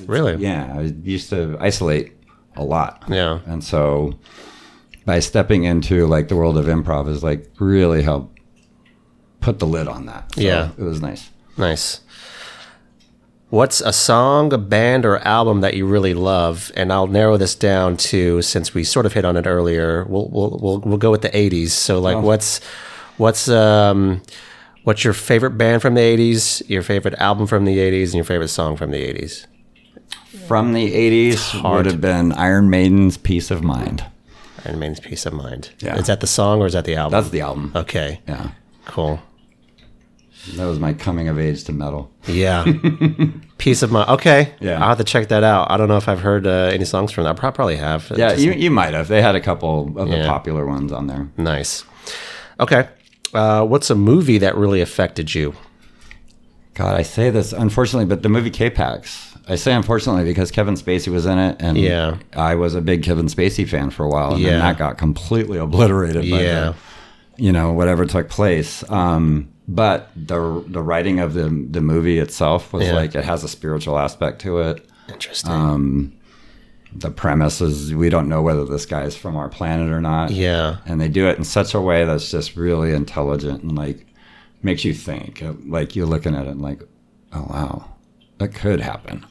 S1: Really.
S2: yeah, I used to isolate a lot,
S1: Yeah.
S2: and so by stepping into like the world of improv has like really helped put the lid on that. So
S1: Yeah.
S2: it was nice.
S1: Nice. What's a song, a band, or album that you really love? And I'll narrow this down to since we sort of hit on it earlier. We'll we'll we'll, we'll go with the '80s. So
S2: Oh.
S1: like, what's what's um what's your favorite band from the '80s? Your favorite album from the '80s, and your favorite song from the '80s?
S2: From the '80s would have been Iron Maiden's "Peace of Mind."
S1: Iron Man's "Peace of Mind."
S2: Yeah.
S1: Is that the song or is that the album?
S2: That's the album.
S1: okay.
S2: Yeah,
S1: Cool.
S2: that was my coming of age to metal.
S1: Yeah. Peace of Mind. Okay.
S2: Yeah.
S1: I'll have to check that out. I don't know if I've heard uh, any songs from that. I prob- probably have.
S2: Yeah,
S1: Just-
S2: you, you might have. They had a couple of the
S1: Yeah.
S2: popular ones on there.
S1: Nice. Okay. Uh, what's a movie that really affected you?
S2: God, I say this unfortunately, but the movie K-Pax. I say unfortunately because Kevin Spacey was in it, and
S1: Yeah.
S2: I was a big Kevin Spacey fan for a while, and
S1: Yeah.
S2: then that got completely obliterated. By
S1: Yeah.
S2: the, you know whatever took place. Um, but the the writing of the the movie itself was
S1: Yeah.
S2: like it has a spiritual aspect to it.
S1: Interesting.
S2: The premise is we don't know whether this guy's from our planet or not.
S1: yeah.
S2: and they do it in such a way that's just really intelligent and like makes you think Uh, like you're looking at it and like oh wow that could happen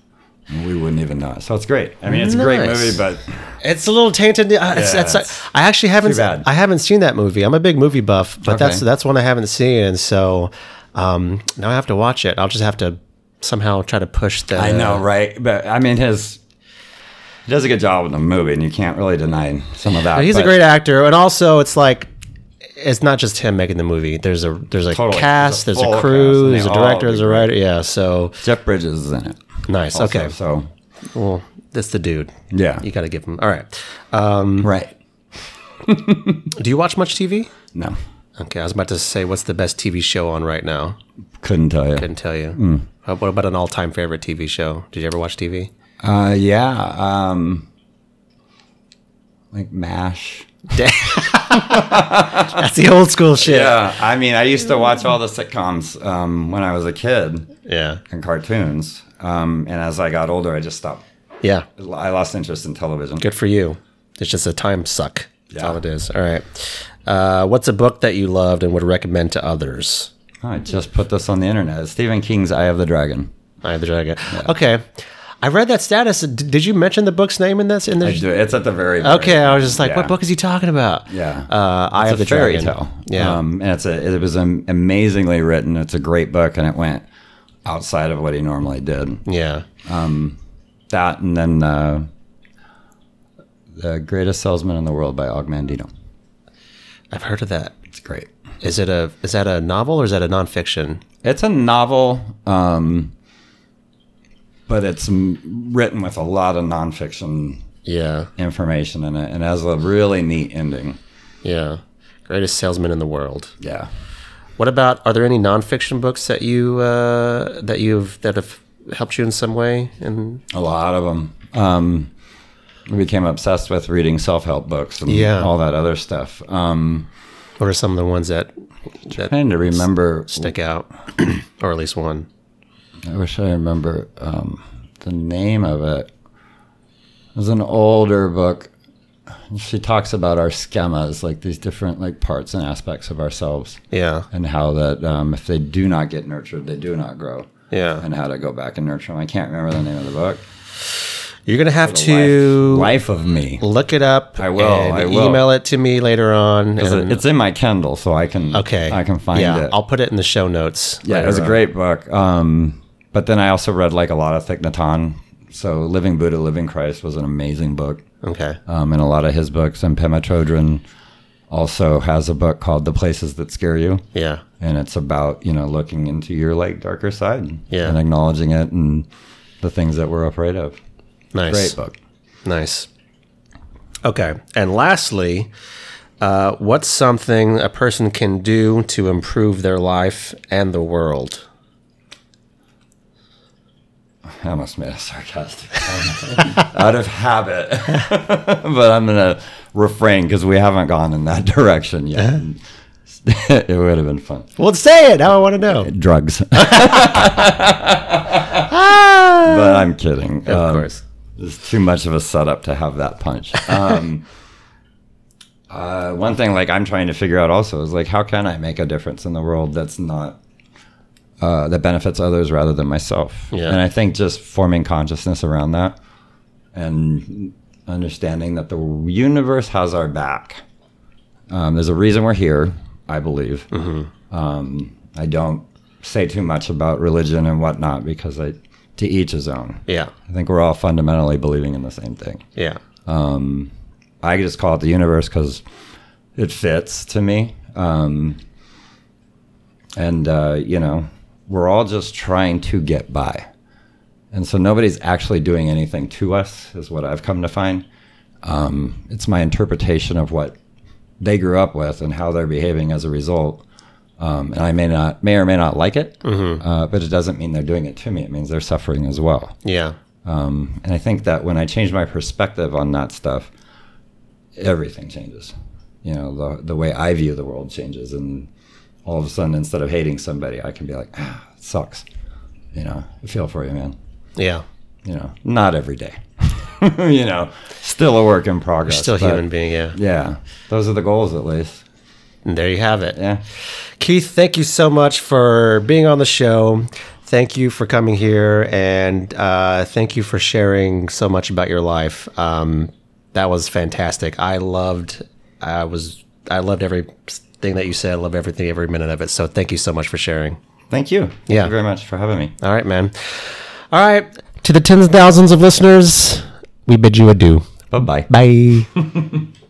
S2: and we wouldn't even know it. so it's great i mean it's a great
S1: Nice.
S2: movie but
S1: It's a little tainted. Uh, it's,
S2: Yeah,
S1: it's-
S2: it's
S1: I actually haven't.
S2: too bad.
S1: I haven't seen that movie. I'm a big movie buff, but that's
S2: Okay.
S1: that's one I haven't seen, and so um, now I have to watch it. I'll just have to somehow try to push the.
S2: i know right but i mean his he does a good job in the movie and you can't really deny some of that
S1: He's a
S2: but
S1: great actor, and also it's like it's not just him making the movie. There's a there's a
S2: Totally.
S1: cast, there's
S2: There's a
S1: a,
S2: full cast,
S1: crew,
S2: and they
S1: there's a
S2: all
S1: director,
S2: do
S1: there's a
S2: great.
S1: writer. Yeah, so
S2: jeff bridges is in it
S1: Nice.
S2: also,
S1: okay.
S2: So
S1: Well, that's the dude.
S2: Yeah.
S1: You got to give him. All right. Um,
S2: right.
S1: do you watch much TV?
S2: No.
S1: Okay, I was about to say, what's the best TV show on right now?
S2: Couldn't tell you.
S1: Couldn't tell you. Uh, What about an all-time favorite TV show? Did you ever watch TV?
S2: Uh, yeah. Um, like Mash.
S1: That's the old school shit.
S2: Yeah, I mean, I used to watch all the sitcoms um, when I was a kid
S1: Yeah.
S2: and cartoons. Um, and as I got older, I just stopped.
S1: Yeah.
S2: I lost interest in television.
S1: Good for you. It's just a time suck. That's
S2: Yeah.
S1: all it is. All right. Uh, what's a book that you loved and would recommend to others?
S2: I just put this on the internet. It's Stephen King's Eye of the Dragon.
S1: I have the dragon. Okay. I read that status. D- did you mention the book's name in this? In
S2: I
S1: the
S2: do- It's at the very. very
S1: okay, I was just like,
S2: Yeah.
S1: what book is he talking about?
S2: Yeah.
S1: Uh, I
S2: It's
S1: have
S2: a
S1: the
S2: fairy
S1: dragon.
S2: tale.
S1: Yeah.
S2: um, and it's a. It was am- amazingly written. It's a great book, and it went outside of what he normally did.
S1: yeah.
S2: That and then uh, the Greatest Salesman in the World by Og Mandino.
S1: I've heard of that.
S2: It's great.
S1: Is it a is that a novel or is that a nonfiction?
S2: It's a novel, um, but it's m- written with a lot of nonfiction
S1: Yeah.
S2: information in it, and has a really neat ending.
S1: Yeah. Greatest salesman in the world.
S2: Yeah.
S1: What about are there any nonfiction books that you uh, that you've that have helped you in some way? And
S2: A lot of them. Um, I became obsessed with reading self help books and
S1: Yeah.
S2: all that other stuff. Um,
S1: what are some of the ones that that
S2: trying to remember,
S1: stick out, or at least one?
S2: I wish I remember um, the name of it. It was an older book. She talks about our schemas, like these different like parts and aspects of ourselves,
S1: Yeah,
S2: and how that um, if they do not get nurtured, they do not grow,
S1: yeah.
S2: and how to go back and nurture them. I can't remember the name of the book.
S1: You're gonna have
S2: The
S1: to
S2: life, life of me.
S1: look it up.
S2: I will,
S1: and
S2: I will.
S1: Email it to me later on.
S2: It's,
S1: and-
S2: it's in my Kindle, so I can
S1: okay,
S2: I can find
S1: yeah,
S2: it.
S1: I'll put it in the show notes.
S2: yeah, it was a
S1: later on.
S2: great book. Um, but then I also read like a lot of Thich Nhat Hanh. So Living Buddha, Living Christ was an amazing book,
S1: Okay.
S2: um, and a lot of his books. And Pema Chodron also has a book called The Places That Scare You,
S1: Yeah,
S2: and it's about you know looking into your like darker side
S1: Yeah.
S2: and acknowledging it and the things that we're afraid of.
S1: nice.
S2: Great book.
S1: Nice. Okay. And lastly, uh, what's something a person can do to improve their life and the world?
S2: I almost made a sarcastic comment. out of habit, but I'm gonna refrain because we haven't gone in that direction
S1: Uh-huh.
S2: yet. it would have been fun.
S1: Well, say it. Now I want to know.
S2: Drugs,
S1: Ah!
S2: but I'm kidding.
S1: Of
S2: Um,
S1: course.
S2: it's too much of a setup to have that punch. Um, uh, one thing, like I'm trying to figure out also, is like how can I make a difference in the world that's not uh, that benefits others rather than myself?
S1: Yeah.
S2: And I think just forming consciousness around that and understanding that the universe has our back. Um, there's a reason we're here, I believe. Um, I don't say too much about religion and whatnot because I, to each his own.
S1: Yeah.
S2: I think we're all fundamentally believing in the same thing.
S1: Yeah.
S2: I just call it the universe because it fits to me. Um, and, uh, you know, we're all just trying to get by. And so nobody's actually doing anything to us, is what I've come to find. Um, it's my interpretation of what they grew up with and how they're behaving as a result. Um, and I may not, may or may not like it, uh, but it doesn't mean they're doing it to me. It means they're suffering as well.
S1: Yeah.
S2: Um, and I think that when I change my perspective on that stuff, everything changes. You know, the, the way I view the world changes. And all of a sudden, instead of hating somebody, I can be like, ah, it sucks. You know, I feel for you, man.
S1: Yeah.
S2: You know, not every day. you know, still a work in progress.
S1: Still
S2: but
S1: human being. Yeah.
S2: Yeah. Those are the goals, at least.
S1: And there you have it.
S2: Yeah.
S1: Keith, thank you so much for being on the show. Thank you for coming here, and uh, thank you for sharing so much about your life. Um, that was fantastic. I loved. I was. I loved everything that you said. I love everything, every minute of it. So thank you so much for sharing.
S2: Thank you. Thank
S1: Yeah.
S2: you very much for having me.
S1: All right, man. All right, to the tens of thousands of listeners, we bid you adieu.
S2: Bye bye.
S1: Bye.